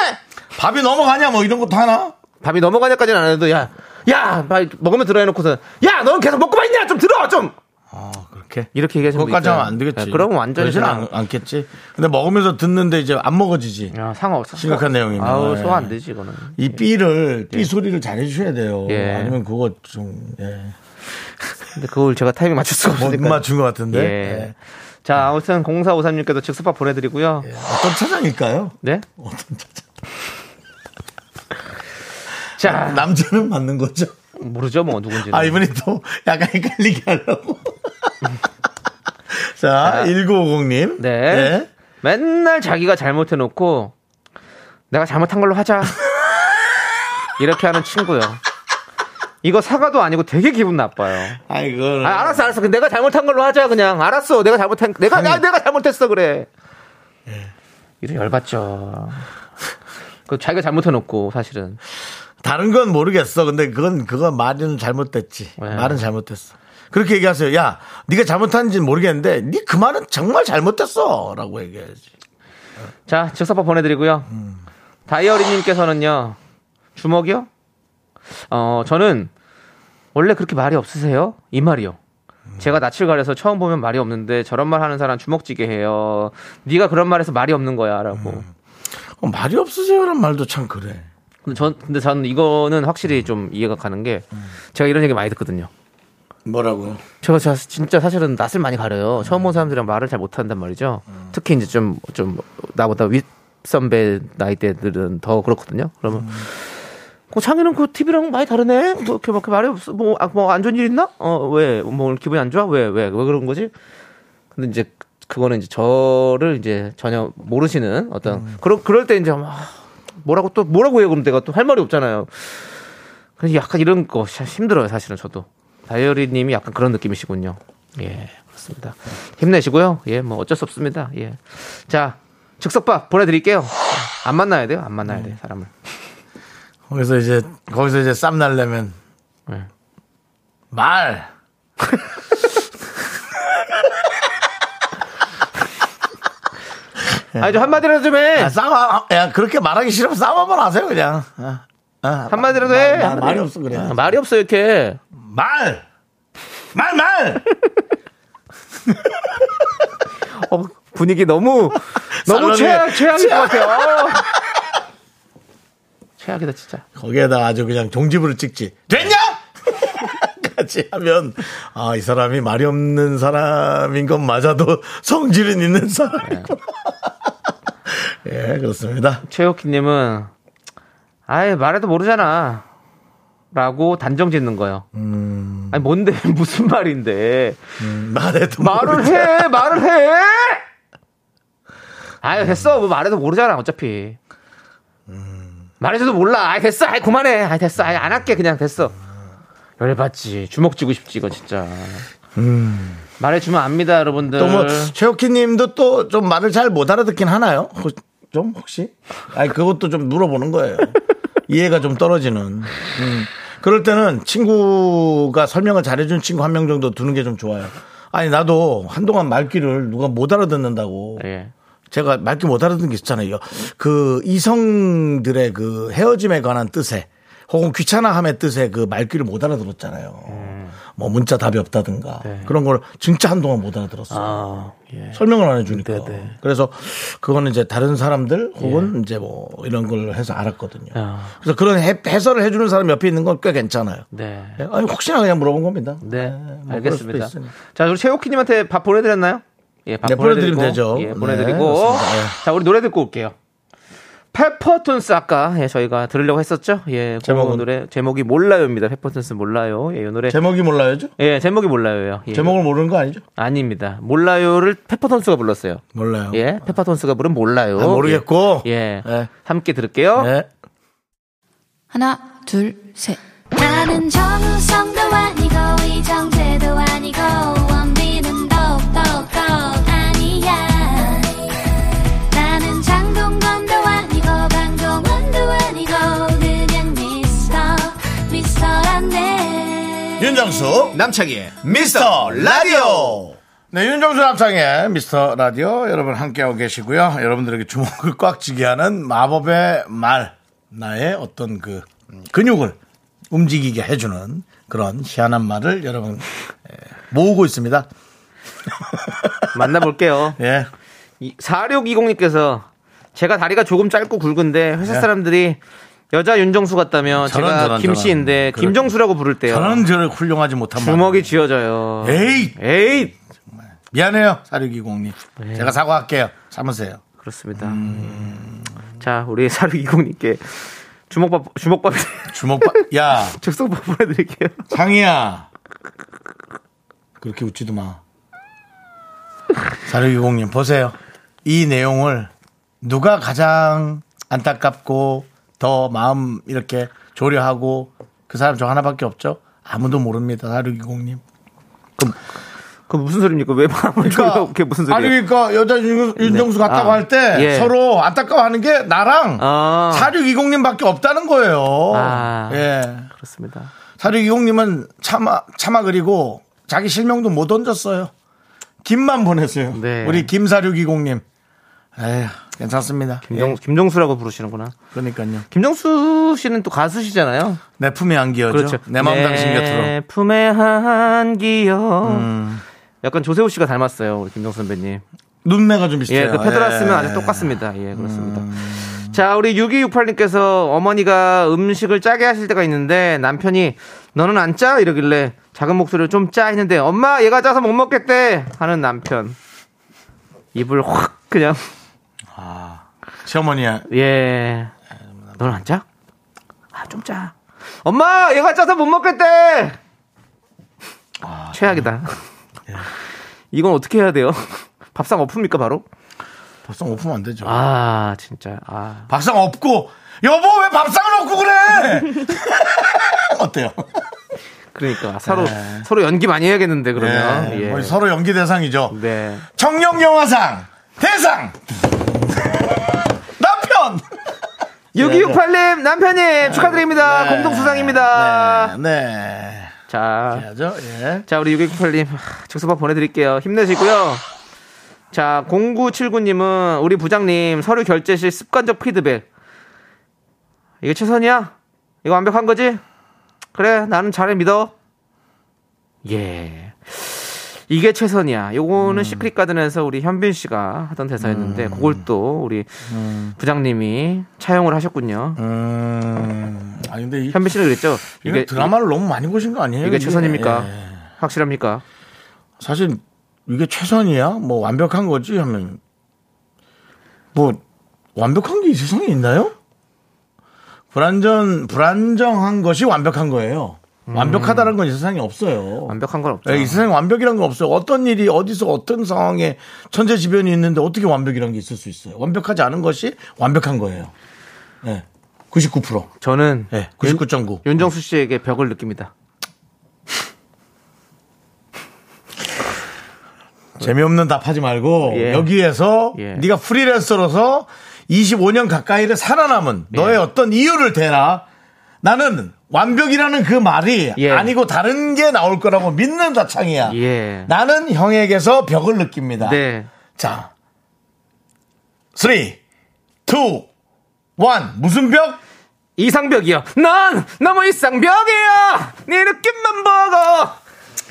S1: 밥이 넘어가냐, 뭐 이런 것도 하나?
S2: 밥이 넘어가냐까지는 안 해도 야, 야, 밥 먹으면 들어 해놓고서 야, 너는 계속 먹고만 있냐? 좀 들어, 좀.
S1: 아, 그렇게.
S2: 이렇게 얘기하시면 네,
S1: 그것까지 하면 안 되겠지.
S2: 그러면 완전히
S1: 그러진
S2: 그냥
S1: 않, 않겠지. 근데 먹으면서 듣는데 이제 안 먹어지지.
S2: 야, 아, 상어
S1: 심각한 내용이네요.
S2: 아우 소화 안
S1: 예.
S2: 되지 이거는.
S1: 이 삐를 삐 소리를 잘 해주셔야 돼요.
S2: 예.
S1: 아니면 그거 좀 예.
S2: 근데 그걸 제가 타이밍 맞출 수가
S1: 못
S2: 아, 없으니까.
S1: 맞춘 것 같은데.
S2: 예.
S1: 예.
S2: 자, 아무튼 0453님께도 즉석밥 보내드리고요.
S1: 어떤 차장일까요?
S2: 네.
S1: 예. 어떤 차장? [laughs]
S2: 자,
S1: 남자는 맞는 거죠.
S2: 모르죠 뭐 누군지.
S1: 아 이분이 또 약간 헷갈리게
S2: [laughs]
S1: 하려고. [laughs] 자, 1950님.
S2: 네. 맨날 자기가 잘못해놓고 내가 잘못한 걸로 하자. 이렇게 하는 친구요. 이거 사과도 아니고 되게 기분 나빠요.
S1: 아 이거는
S2: 아, 알았어, 알았어. 그럼 내가 잘못한 걸로 하자, 그냥. 알았어. 내가 잘못한, 내가, 아, 내가 잘못했어, 그래. 예. 이런 열받죠. 그 자기가 잘못해놓고, 사실은.
S1: 다른 건 모르겠어. 근데 그건 그거 말은 잘못됐지.
S2: 네.
S1: 말은 잘못됐어. 그렇게 얘기하세요. 야, 네가 잘못한지는 모르겠는데 네 그 말은 정말 잘못됐어라고 얘기해야지.
S2: 자, 즉석밥 보내드리고요. 다이어리님께서는요, 주먹이요? 어, 저는, 원래 그렇게 말이 없으세요? 이 말이요. 제가 낯을 가려서 처음 보면 말이 없는데 저런 말 하는 사람 주먹지게 해요. 네가 그런 말해서 말이 없는 거야라고.
S1: 어, 말이 없으세요란 말도 참 그래.
S2: 근데 전 근데 저는 이거는 확실히 좀 이해가 가는 게 제가 이런 얘기 많이 듣거든요.
S1: 뭐라고요?
S2: 제가 자- 진짜 사실은 낯을 많이 가려요. 처음 온 사람들이랑 말을 잘 못한단 말이죠. 특히 이제 좀, 좀, 나보다 윗선배 나이대들은 더 그렇거든요. 그러면, 그 창희는 그 TV랑 많이 다르네? 뭐, 이렇게, 막 말이 없어. 뭐, 아, 뭐, 안 좋은 일 있나? 어, 왜? 뭐, 오늘 기분이 안 좋아? 왜, 왜, 왜 그런 거지? 근데 이제, 그거는 이제 저를 이제 전혀 모르시는 어떤, 그런, 그럴 때 이제 막, 뭐라고 또, 뭐라고 해요? 그럼 내가 또 할 말이 없잖아요. 그래서 약간 이런 거 참 힘들어요, 사실은 저도. 다이어리님이 약간 그런 느낌이시군요. 예, 그렇습니다. 힘내시고요. 예, 뭐 어쩔 수 없습니다. 예. 자, 즉석밥 보내드릴게요. 안 만나야 돼요. 안 만나야 돼, 사람을.
S1: 거기서 이제 거기서 이제 쌈 날려면
S2: 네.
S1: 말.
S2: 아니, 좀 한마디라도 좀 해!
S1: 야, 싸움, 아, 야, 그렇게 말하기 싫으면 싸움 한번 하세요, 그냥. 아, 아,
S2: 한마디라도
S1: 말-
S2: 해! 아,
S1: 말-
S2: 한마디.
S1: 말이 없어, 그래.
S2: 아, 말이 없어, 이렇게.
S1: 말! 말, 말!
S2: 어, 분위기 [laughs] 너무
S1: 살로네.
S2: 너무 최악 최악일 것 같아요. 어. [laughs] 최악이다 진짜.
S1: 거기에다 아주 그냥 종지부를 찍지. 됐냐? 같이 하면, 아, 이 사람이 말이 없는 사람인 건 맞아도 성질은 있는 사람이구나. [laughs] 예, 그렇습니다.
S2: 최혁희님은 아예 말해도 모르잖아. 라고 단정 짓는 거예요. 아니 뭔데 [laughs] 무슨 말인데
S1: 음, 말해도.
S2: 말을
S1: 모르지.
S2: 해 말을 해. 아유 됐어 뭐 말해도 모르잖아 어차피. 말해줘도 몰라. 아이 됐어. 아이 그만해. 아이 됐어. 아이 안 할게 그냥 됐어. 열받지. 주먹 쥐고 싶지 이거 진짜. 말해주면 압니다 여러분들.
S1: 음. 또 뭐, 최혁희 님도 또 좀 말을 잘 못 알아듣긴 하나요? 혹- 좀, 혹시? 아니, 그것도 좀 물어보는 거예요. 이해가 좀 떨어지는. 음. 그럴 때는 친구가 설명을 잘해준 친구 한 명 정도 두는 게 좀 좋아요. 아니, 나도 한동안 말귀를 누가 못 알아듣는다고.
S2: 예.
S1: 제가 말귀 못 알아듣는 게 있잖아요. 그 이성들의 그 헤어짐에 관한 뜻에 혹은 귀찮아함의 뜻에 그 말귀를 못 알아들었잖아요.
S2: 음.
S1: 뭐 문자 답이 없다든가 그런 걸 진짜 한동안 못 알아들었어요.
S2: 네. 아, 예.
S1: 설명을 안 해주니까.
S2: 네, 네.
S1: 그래서 그거는 이제 다른 사람들 혹은 이제 뭐 이런 걸 해서 알았거든요.
S2: 아.
S1: 그래서 그런 해, 해설을 해주는 사람 옆에 있는 건 꽤 괜찮아요.
S2: 네.
S1: 예, 아니 혹시나 그냥 물어본 겁니다.
S2: 네,
S1: 뭐 그럴 수도
S2: 알겠습니다.
S1: 있으니까.
S2: 자, 우리 최호키님한테 밥 보내드렸나요? 예, 밥
S1: 네,
S2: 보내드리고.
S1: 보내드리면 되죠. 네,
S2: 예, 보내드리고.
S1: 그렇습니다. 예.
S2: 자, 우리 노래 듣고 올게요. 페퍼톤스 아까 예, 저희가 들으려고 했었죠. 예, 제목
S1: 제목은?
S2: 노래 제목이 몰라요입니다. 페퍼톤스 몰라요. 예, 이 노래
S1: 제목이 몰라요죠?
S2: 예, 제목이 몰라요요. 예.
S1: 제목을 모르는 거 아니죠?
S2: 아닙니다. 몰라요를 페퍼톤스가 불렀어요.
S1: 아, 몰라요.
S2: 예, 페퍼톤스가 부른 몰라요.
S1: 아, 모르겠고.
S2: 예, 예.
S1: 예.
S2: 함께 들을게요.
S1: 네.
S6: 하나, 둘, 셋.
S5: 나는 정우성도 아니고 이정재도 아니고 원빈은 더욱더 아니야 나는 장동건도 아니고 방종원도 아니고 그냥 미스터 미스터란데
S1: 윤정수 남창희의 미스터 라디오 네 윤정수 남창희의 미스터 라디오 여러분 함께하고 계시고요 여러분들에게 주먹을 꽉 쥐게 하는 마법의 말 나의 어떤 그 음, 근육을 움직이게 해주는 그런 희한한 말을 여러분 예, 모으고 있습니다 [laughs]
S2: 만나볼게요.
S1: 예
S2: 4620님께서 제가 다리가 조금 짧고 굵은데 회사 사람들이 여자 윤정수 같다며
S1: 예. 저런,
S2: 제가
S1: 저런,
S2: 김씨인데
S1: 저런.
S2: 김정수라고 부를 때요.
S1: 저는 저를 훌륭하지 못한
S2: 주먹이 쥐어져요.
S1: 말. 에이
S2: 에이!
S1: 미안해요 4620님 제가 사과할게요 참으세요
S2: 그렇습니다.
S1: 음.
S2: 예. 자, 우리 4620님께 주먹밥, 주먹밥, [laughs]
S1: 주먹밥 야
S2: 즉석밥 보내드릴게요.
S1: 장이야. 그렇게 웃지도 마. 4620님, 보세요. 이 내용을 누가 가장 안타깝고 더 마음 이렇게 조려하고 그 사람 저 하나밖에 없죠? 아무도 모릅니다. 4620님.
S2: 그 무슨 소리입니까? 왜 마음을 졸라 그게 무슨
S1: 그러니까 아니,
S2: 소리예요?
S1: 그러니까 여자 윤- 윤정수
S2: 네.
S1: 같다고
S2: 아,
S1: 할 때
S2: 예.
S1: 서로 안타까워하는 게 나랑
S2: 아.
S1: 4620님 밖에 없다는 거예요.
S2: 아.
S1: 예.
S2: 그렇습니다.
S1: 사리기공님은 차마 차마 그리고 자기 실명도 못 얹었어요. 김만 보냈어요.
S2: 네.
S1: 우리 김사류기공님. 에휴, 괜찮습니다. 예,
S2: 김정, 김정수라고 부르시는구나.
S1: 그러니까요.
S2: 김정수 씨는 또 가수시잖아요.
S1: 내 품에 안기어죠. 그렇죠.
S2: 그렇죠.
S1: 내 마음 당신 곁으로. 음.
S2: 내 네, 품에 한기여. 약간 조세호 씨가 닮았어요, 우리 김정수 선배님.
S1: 눈매가 좀 비슷해요.
S2: 예, 그 페드라스는
S1: 예. 음.
S2: 아주 똑같습니다. 예, 그렇습니다. 자, 우리 6268님께서 어머니가 음식을 짜게 하실 때가 있는데 남편이 너는 안 짜? 이러길래 작은 목소리를 좀 짜 했는데 엄마 얘가 짜서 못 먹겠대 하는 남편. 입을 확 그냥
S1: 아, 시어머니야.
S2: 예. 너는 안 짜? 아, 좀 짜. 엄마, 얘가 짜서 못 먹겠대! 아, 최악이다. 예. 이건 어떻게 해야 돼요? [laughs] 밥상 엎습니까, 바로?
S1: 밥상 엎으면 안 되죠.
S2: 아, 진짜. 아.
S1: 밥상 엎고 여보 왜 밥상을 엎고 그래? [laughs] 어때요?
S2: 그러니까. 서로, 서로 연기 많이 해야겠는데, 그러면.
S1: 예,
S2: 예.
S1: 거의 서로 연기 대상이죠.
S2: 네.
S1: 청룡 영화상 대상 [laughs] 남편.
S2: 6268님, 남편님, 축하드립니다.
S1: 네.
S2: 공동수상입니다.
S1: 네.
S2: 자.
S1: 네. 해야죠. 예.
S2: 자, 우리 668님, 즉석밥 보내드릴게요. 힘내시고요. 자, 0979님은 우리 부장님 서류 결제 시 습관적 피드백. 이게 최선이야? 이거 완벽한 거지? 그래, 나는 잘해 믿어. 예. 이게 최선이야.
S1: 음.
S2: 요거는 시크릿 가든에서 우리 현빈 씨가 하던 대사였는데 그걸 또 우리 부장님이 차용을 하셨군요.
S1: 음. 아니 근데 이,
S2: 현빈 씨는 그랬죠.
S1: 이게 드라마를 너무 많이 보신 거 아니에요?
S2: 이게 최선입니까?
S1: 예.
S2: 확실합니까?
S1: 사실 이게 최선이야? 뭐 완벽한 거지 하면 뭐 완벽한 게 이 세상에 있나요? 불안전 불안정한 것이 완벽한 거예요. 완벽하다는 건 이 세상에 없어요.
S2: 완벽한 건 없죠.
S1: 예, 이 세상에 완벽이란 건 없어요. 어떤 일이 어디서 어떤 상황에 천재지변이 있는데 어떻게 완벽이란 게 있을 수 있어요. 완벽하지 않은 것이 완벽한 거예요. 예. 99%.
S2: 저는
S1: 예. 99.9.
S2: 윤정수 씨에게 벽을 느낍니다.
S1: 재미없는 답하지 말고
S2: 예.
S1: 여기에서
S2: 예.
S1: 네가 프리랜서로서 25년 가까이를 살아남은
S2: 예.
S1: 너의 어떤 이유를 대라. 나는 완벽이라는 그 말이
S2: 예.
S1: 아니고 다른 게 나올 거라고 믿는 자창이야.
S2: 예.
S1: 나는 형에게서 벽을 느낍니다.
S2: 네.
S1: 자, 3, 2, 1 무슨 벽?
S2: 이상벽이요. 넌 너무 이상벽이야. 네 느낌만 보고.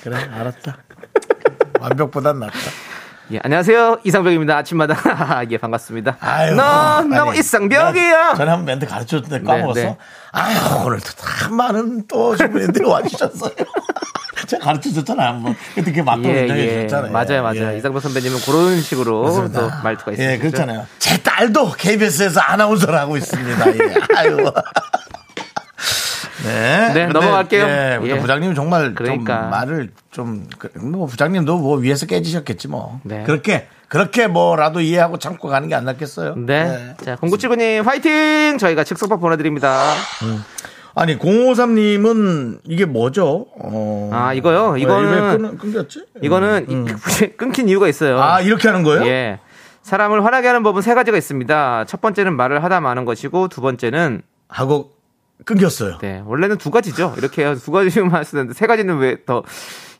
S1: 그래 알았다. [laughs] 완벽보단 낫다.
S2: 예, 안녕하세요. 이상벽입니다. 아침마다. [laughs] 예, 반갑습니다.
S1: 아유,
S2: 넌 너무
S1: 아니,
S2: 이상벽이야.
S1: 내가 전에 한번 멘트 가르쳐줬는데 까먹었어.
S2: 네, 네.
S1: 아유, 오늘도 다 많은 또 주부님들이 와주셨어요. [laughs] 제가 가르쳐줬잖아요, 한번. 그때 그게 맞다고
S2: 예,
S1: 인정해
S2: 예.
S1: 주셨잖아요.
S2: 맞아요, 맞아요.
S1: 예.
S2: 이상벽 선배님은 그런 식으로
S1: 그렇습니다.
S2: 또 말투가 있으시죠.
S1: 예, 그렇잖아요. 제 딸도 KBS에서 아나운서를 하고 있습니다. 예. 아유. 네. 근데,
S2: 넘어갈게요.
S1: 예, 우리
S2: 예.
S1: 부장님 정말
S2: 그러니까.
S1: 좀 말을 좀, 그, 뭐, 부장님도 뭐 위에서 깨지셨겠지 뭐.
S2: 네.
S1: 그렇게, 그렇게 뭐라도 이해하고 참고 가는 게 안 낫겠어요.
S2: 네. 자, 공구칠구님 화이팅! 저희가 즉석밥 보내드립니다.
S1: 아니 053님은 이게 뭐죠? 어...
S2: 아, 이거요?
S1: 왜
S2: 이거는-
S1: 왜 끊, 끊겼지?
S2: 이거는 이- [laughs] 끊긴 이유가 있어요.
S1: 음, 아 이렇게 하는 거예요?
S2: 예. 사람을 화나게 하는 법은 세 가지가 있습니다. 첫 번째는 말을 하다 마는 것이고, 두 번째는,
S1: 하고 끊겼어요.
S2: 네, 원래는 두 가지죠. 이렇게 해서 두 가지만 쓰는데, 세 가지는 왜 더,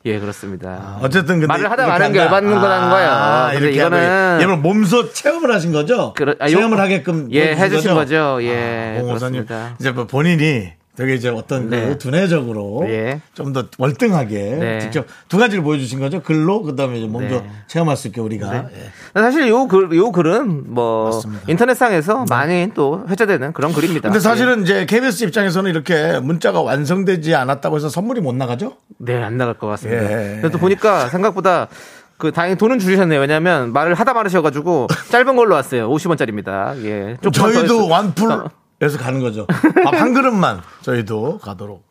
S2: 예, 그렇습니다.
S1: 아, 어쨌든 근데
S2: 말을 하다
S1: 이렇게
S2: 말하는 게
S1: 한다. 아,
S2: 열받는 거라는 거예요. 근데
S1: 이렇게
S2: 이거는-
S1: 하고, 얘를 몸소 체험을 하신 거죠?
S2: 그러- 아, 요-
S1: 체험을 하게끔
S2: 예,
S1: 해주신
S2: 해주신 거죠. 예,
S1: 아, 053님
S2: 그렇습니다.
S1: 이제 뭐 본인이 되게 이제 어떤
S2: 네.
S1: 그 두뇌적으로
S2: 예.
S1: 좀 더 월등하게
S2: 네.
S1: 직접 두 가지를 보여주신 거죠. 글로 그다음에 이제 몸도
S2: 네.
S1: 체험할 수 있게 우리가 예.
S2: 사실 요 글, 요 글은 뭐, 인터넷상에서 많이 또 회자되는 예. 그런
S1: 네.
S2: 글입니다.
S1: 근데 사실은 이제 KBS 입장에서는 이렇게 문자가 완성되지 않았다고 해서 선물이 못 나가죠?
S2: 네, 안 나갈 것 같습니다.
S1: 예.
S2: 근데 또 보니까 생각보다 그 다행히 돈은 줄이셨네요. 왜냐하면 말을
S1: [laughs]
S2: 하다 말으셔가지고 짧은 걸로 왔어요. 50원짜리입니다. 예. 조금만 더
S1: 저희도
S2: 했- 어,
S1: 완풀에서 가는 거죠. 밥 한 그릇만 저희도 가도록.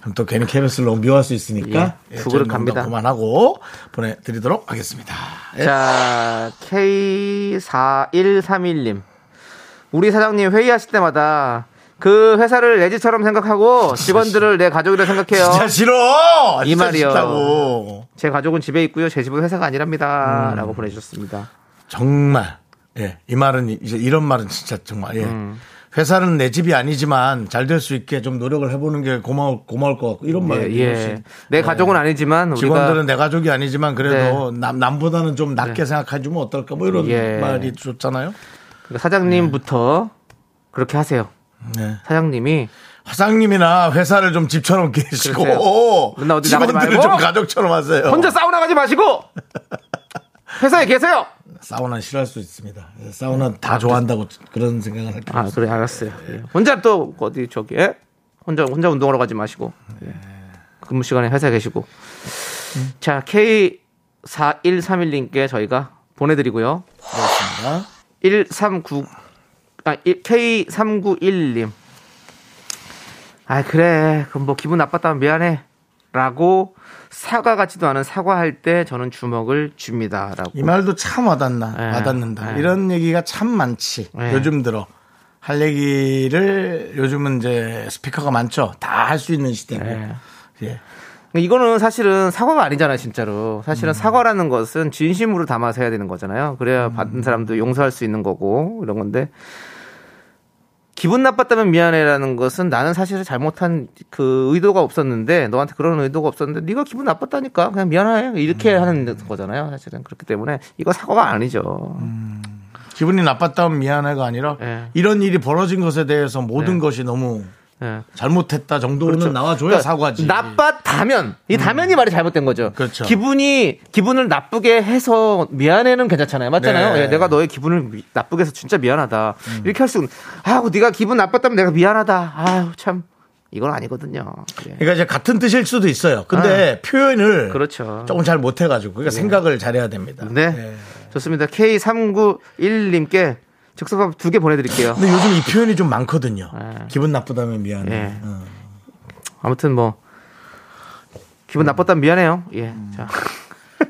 S1: 그럼 또 괜히 KBS를 너무 미워할 수 있으니까
S2: 예,
S1: 예,
S2: 두 그릇
S1: 저희는
S2: 갑니다.
S1: 그만하고 보내드리도록 하겠습니다. 예.
S2: 자, K4131님. 우리 사장님 회의하실 때마다 그 회사를 내 집처럼 생각하고 직원들을 내 가족이라 생각해요.
S1: 진짜 싫어.
S2: 어? 이 말이요.
S1: 고
S2: 제 가족은 집에 있고요. 제 집은 회사가
S1: 음.
S2: 아니랍니다. 라고 보내주셨습니다.
S1: 정말 예, 이 말은 이- 이제 이런 말은 진짜 정말 예.
S2: 음.
S1: 회사는 내 집이 아니지만 잘 될 수 있게 좀 노력을 해보는 게 고마울 고마울 것 같고 이런
S2: 예,
S1: 말.
S2: 예. 내 가족은 아니지만 우리가
S1: 음. 네. 직원들은 내 가족이 아니지만 그래도 남 남보다는 좀 낮게
S2: 네.
S1: 생각해주면 어떨까 뭐 이런
S2: 예.
S1: 말이 좋잖아요.
S2: 그러니까 사장님부터 그렇게 하세요.
S1: 네.
S2: 사장님이
S1: 사장님이나 회사를 좀 집처럼 계시고
S2: 글쎄요. 맨날 어디 나가지
S1: 직원들을
S2: 말고
S1: 좀 가족처럼 하세요.
S2: 혼자 사우나 가지
S1: [laughs]
S2: 마시고 회사에 계세요.
S1: 사우나 싫어할 수 있습니다. 예, 사우나 다 좋아한다고 그런 생각을 할게요.
S2: 아 그래 알았어요. 예. 혼자 또 어디 저기 예? 혼자 혼자 운동하러 가지 마시고 예. 근무 시간에 회사에 계시고 자 K 4131님께 저희가 보내드리고요.
S1: 그렇습니다.
S2: 139, 아, 일- K391님. 아, 그래. 그럼 뭐 기분 나빴다면 미안해. 라고 사과 같지도 않은 사과할 때 저는 주먹을 줍니다. 라고.
S1: 이 말도 참 와닿나
S2: 예.
S1: 와닿는다.
S2: 예.
S1: 이런 얘기가 참 많지.
S2: 예.
S1: 요즘 들어 할 얘기를 요즘은 이제 스피커가 많죠. 다 할 수 있는 시대고.
S2: 예.
S1: 예.
S2: 그러니까 이거는 사실은 사과가 아니잖아요, 진짜로. 사실은 사과라는 것은 진심으로 담아서 해야 되는 거잖아요. 그래야 받은 사람도 용서할 수 있는 거고, 이런 건데. 기분 나빴다면 미안해라는 것은 나는 사실 잘못한 그 의도가 없었는데 너한테 그런 의도가 없었는데 네가 기분 나빴다니까 그냥 미안해 이렇게 하는 거잖아요 사실은 그렇기 때문에 이거 사과가 아니죠
S1: 기분이 나빴다면 미안해가 아니라
S2: 예.
S1: 이런 일이 벌어진 것에 대해서 모든
S2: 네.
S1: 것이 너무
S2: 예.
S1: 잘못했다 정도는 나와줘야
S2: 그러니까
S1: 사과지. 음.
S2: 나빴다면 이 다면이 말이 잘못된 거죠.
S1: 그렇죠.
S2: 기분이 기분을 나쁘게 해서 미안해는 괜찮잖아요.
S1: 네.
S2: 맞잖아요.
S1: 음.
S2: 예, 내가 너의 기분을 미- 나쁘게 해서 진짜 미안하다. 이렇게 할 수는 아우 네가 기분 나빴다면 내가 미안하다. 아우 참 이건 아니거든요. 예.
S1: 그러니까 이제 같은 뜻일 수도 있어요. 근데 표현을
S2: 네. 그렇죠.
S1: 조금 잘 못해가지고 그러니까 생각을 잘해야 됩니다.
S2: 네.
S1: 예.
S2: 좋습니다. K3991님께 즉석밥 두 개 보내드릴게요.
S1: 근데 요즘 이 표현이 좀 많거든요.
S2: 네.
S1: 기분 나쁘다면 미안해.
S2: 예.
S1: 어.
S2: 아무튼 뭐
S1: 음.
S2: 기분 나빴다면 미안해요. 예. 자.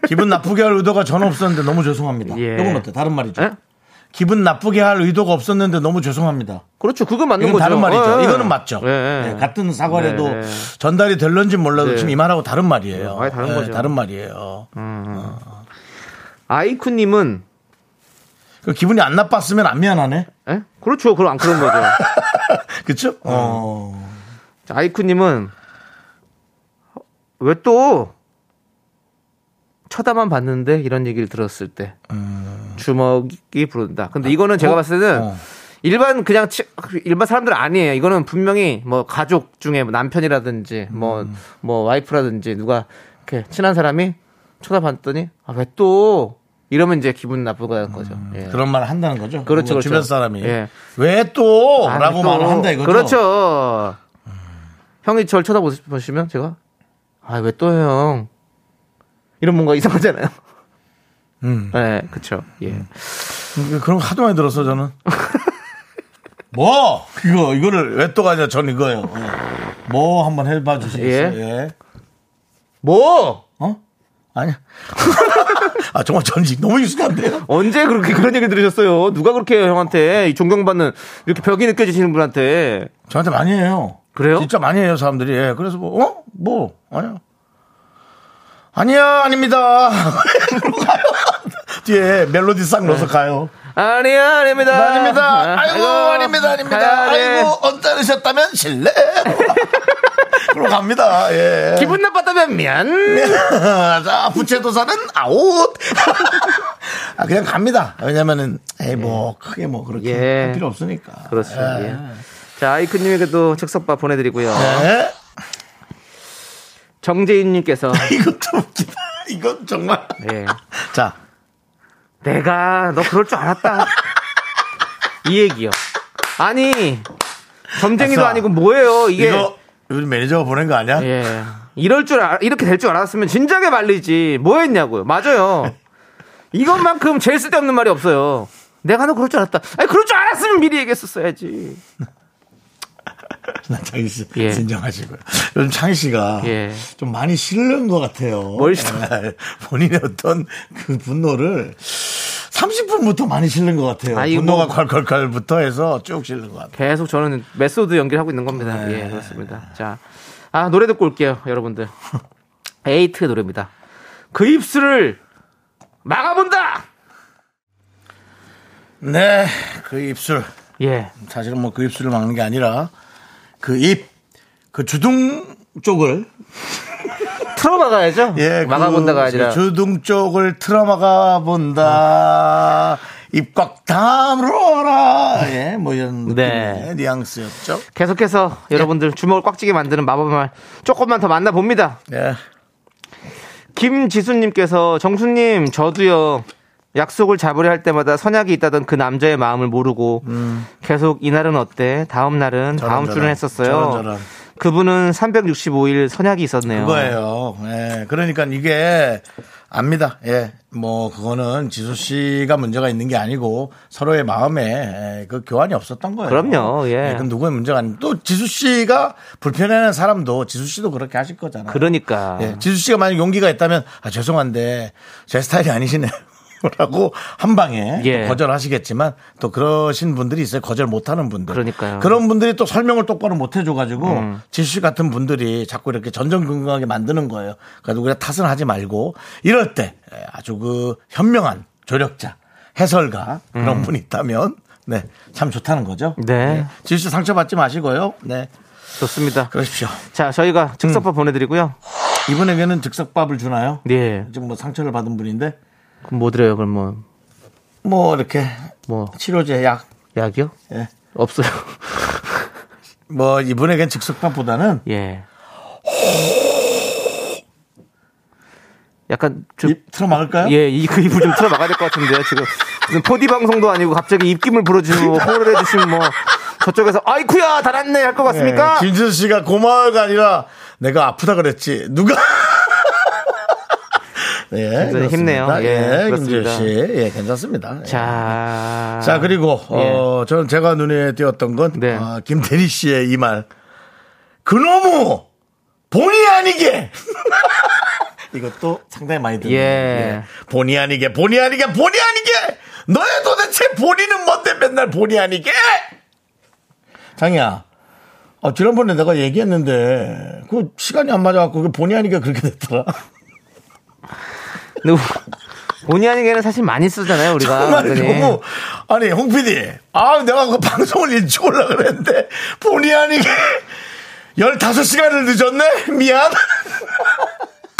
S1: 기분 나쁘게 할 의도가 전혀 없었는데 너무 죄송합니다.
S2: 예.
S1: 이건 어때? 다른 말이죠.
S2: 예?
S1: 기분 나쁘게 할 의도가 없었는데 너무 죄송합니다.
S2: 그렇죠. 그건 맞는
S1: 이건
S2: 거죠.
S1: 다른 말이죠.
S2: 예.
S1: 이거는 맞죠.
S2: 예.
S1: 예, 같은 사과라도
S2: 네, 네.
S1: 전달이 될런지 몰라도
S2: 네.
S1: 지금 이 말하고 다른 말이에요. 네,
S2: 아예 다른 거죠. 음.
S1: 다른 말이에요.
S2: 아이쿠님은
S1: 그 기분이 안 나빴으면 안 미안하네.
S2: 예? 그렇죠. 그럼 안
S1: [laughs]
S2: 그런 거죠. 음.
S1: 그쵸? 어.
S2: 자, 아이쿠님은 왜 또 쳐다만 봤는데 이런 얘기를 들었을 때 주먹이 부른다. 근데 이거는 제가 봤을 때는
S1: 음. 어.
S2: 일반 그냥 치- 일반 사람들 아니에요. 이거는 분명히 뭐 가족 중에 뭐 남편이라든지 뭐
S1: 음.
S2: 뭐 와이프라든지 누가 이렇게 친한 사람이 쳐다봤더니 아, 왜 또 이러면 이제 기분 나쁘다는 거죠. 예.
S1: 음. 그런 말을 한다는 거죠.
S2: 그렇죠,
S1: 누가 주변
S2: 그렇죠.
S1: 사람이
S2: 예.
S1: 왜 또?
S2: 아,
S1: 라고
S2: 또-
S1: 말을 한다 이거죠.
S2: 그렇죠. 형이 저를 쳐다보시면 제가 아 왜 또 형? 이런 뭔가 이상하잖아요.
S1: 음.
S2: 네, 그렇죠. 예.
S1: 그런 거 하도 많이 들었어
S2: [laughs]
S1: 저는. 뭐 이거 이거를 왜 또가 아니라 전 이거예요. 예. 뭐 한번 해봐 주시겠어요?
S2: 예.
S1: 예.
S2: 뭐
S1: 어? 아니야. [laughs] 아 정말 전 이- 너무 익숙한데요.
S2: 언제 그렇게 그런 얘기 들으셨어요? 누가 그렇게 형한테 이 존경받는 이렇게 벽이 느껴지시는 분한테
S1: 저한테 많이 해요.
S2: 그래요?
S1: 진짜 많이 해요 사람들이. 예. 그래서 뭐 어? 뭐 아니야. 아니야 아닙니다. [laughs] 이러고 가요. 뒤에 멜로디 싹 넣어서
S2: 네.
S1: 가요.
S2: 아니야 아닙니다
S1: 아닙니다. 아이고,
S2: 아이고,
S1: 아닙니다. 아닙니다.
S2: 가야 돼.
S1: 아이고, 언짢으셨다면 실례. [laughs] 그럼 갑니다. 예.
S2: 기분 나빴다면 미안
S1: [laughs] 자, 부채도사는 아웃. [laughs] 아, 그냥 갑니다. 왜냐면은, 에이, 뭐, 크게 뭐, 그렇게
S2: 예.
S1: 할 필요 없으니까.
S2: 그렇습니다
S1: 예.
S2: 예. 자 아이크님에게도 즉석밥 보내드리고요
S1: 예. [laughs]
S2: 정재인님께서
S1: 이것도 웃기다. 이건 정말.
S2: 예.
S1: [laughs] 자,
S2: 내가 너 그럴 줄 알았다. 이 얘기요. 아니 점쟁이도
S1: 아싸.
S2: 아니고 뭐예요 이게
S1: 이거, 우리 매니저가 보낸 거 아니야?
S2: 예 이럴 줄 알, 이렇게 될 줄 알았으면 진작에 말리지 뭐했냐고요. 맞아요. 이것만큼 제일 쓸데없는 말이 없어요. 내가 너 그럴 줄 알았다. 아니 그럴 줄 알았으면 미리 얘기했었어야지.
S1: 나 창희 씨
S2: 예.
S1: 진정하시고요. 요즘 창희 씨가
S2: 예.
S1: 좀 많이 실른 것 같아요.
S2: 뭘 실은-
S1: 예. 본인의 어떤 그 분노를 30분부터 많이 실른 것 같아요.
S2: 아이고.
S1: 분노가 콸콸콸부터 해서 쭉 실른 것 같아요.
S2: 계속 저는 메소드 연결하고 있는 겁니다.
S1: 네.
S2: 예 그렇습니다. 자, 아 노래 듣고 올게요, 여러분들. 에이트의 노래입니다. 그 입술을 막아본다.
S1: 네, 그 입술
S2: 예,
S1: 사실은 뭐 그 입술을 막는 게 아니라 그 입 그 주둥 쪽을
S2: 틀어막아야죠.
S1: 예,
S2: 막아본다가
S1: 그
S2: 아니라.
S1: 주둥 쪽을 틀어막아 본다. 입꽉 다물어라. 예, 뭐 이런
S2: 네.
S1: 느낌의 뉘앙스였죠.
S2: 계속해서 여러분들 주먹을 꽉 쥐게 만드는 마법의 말 조금만 더 만나봅니다.
S1: 예.
S2: 김지수님께서 정수님 저도요 약속을 잡으려 할 때마다 선약이 있다던 그 남자의 마음을 모르고 계속 이날은 어때 다음 날은 다음
S1: 저런,
S2: 주는 했었어요.
S1: 저런, 저런.
S2: 그분은 365일 선약이 있었네요.
S1: 그거예요. 예. 그러니까 이게 압니다. 예. 뭐 그거는 지수 씨가 문제가 있는 게 아니고 서로의 마음에 예, 그 교환이 없었던 거예요.
S2: 그럼요. 예.
S1: 그럼 누구의 문제가 아니 또 지수 씨가 불편해하는 사람도 지수 씨도 그렇게 하실 거잖아요.
S2: 그러니까
S1: 예. 지수 씨가 만약 용기가 있다면 아 죄송한데 제 스타일이 아니시네요. 라고 [laughs] 한 방에
S2: 예.
S1: 또 거절하시겠지만 또 그러신 분들이 있어요 거절 못하는 분들
S2: 그러니까요. 음.
S1: 그런 분들이 또 설명을 똑바로 못 해줘가지고 지수 씨 같은 분들이 자꾸 이렇게 전전긍긍하게 만드는 거예요 그래도 우리가 탓은 하지 말고 이럴 때 아주 그 현명한 조력자 해설가 그런 분이 있다면 네 참 좋다는 거죠
S2: 음.
S1: 예.
S2: 네.
S1: 지수 씨 상처받지 마시고요 네
S2: 좋습니다.
S1: 그러십시오 음.
S2: 자 저희가 즉석밥 보내드리고요.
S1: 이분에게는 즉석밥을 주나요?
S2: 예.
S1: 지금 뭐 상처를 받은 분인데
S2: 그럼 뭐 드려요? 그럼 뭐 뭐
S1: 뭐 이렇게 치료제 약
S2: 약이요?
S1: 예.
S2: 없어요.
S1: 뭐 이분에겐 즉석밥보다는
S2: 예. 약간 좀
S1: 입 틀어 막을까요?
S2: 예, 이, 그 입을 좀 틀어 막아야 될 것 같은데요, 지금. 무슨 포디 방송도 아니고 갑자기 입김을 불어주시고, 호를 해주시면 뭐, 저쪽에서, 아이쿠야, 달았네,
S1: 예,
S2: 할 것 같습니까?
S1: 김진수 씨가 고마워가 아니라 내가 아프다 그랬지. [laughs] 누가? 예, 그렇습니다.
S2: 힘내요. 예,
S1: 예, 김진수
S2: 그렇습니다.
S1: 씨, 예, 괜찮습니다. 예.
S2: 자.
S1: 자 그리고
S2: 예.
S1: 어, 저는 제가 눈에 띄었던 건
S2: 네.
S1: 아, 김대리 씨의 이 말 그놈의 본의 아니게 [laughs] 이것도 상당히 많이 들어요.
S2: 예.
S1: 본의 아니게 본의 아니게 본의 아니게 너의 도대체 본의는 뭔데 맨날 본의 아니게 장이야 아, 지난번에 내가 얘기했는데 그 시간이 안 맞아갖고 그 본의 아니게 그렇게 됐더라 [laughs]
S2: 근데 본의 아니게는 사실 많이 쓰잖아요, 우리가.
S1: 정말
S2: 은근히.
S1: 너무 아니 홍 PD 아 내가 그 방송을 일찍 올라 그랬는데 본의 아니게 15시간을 늦었네 미안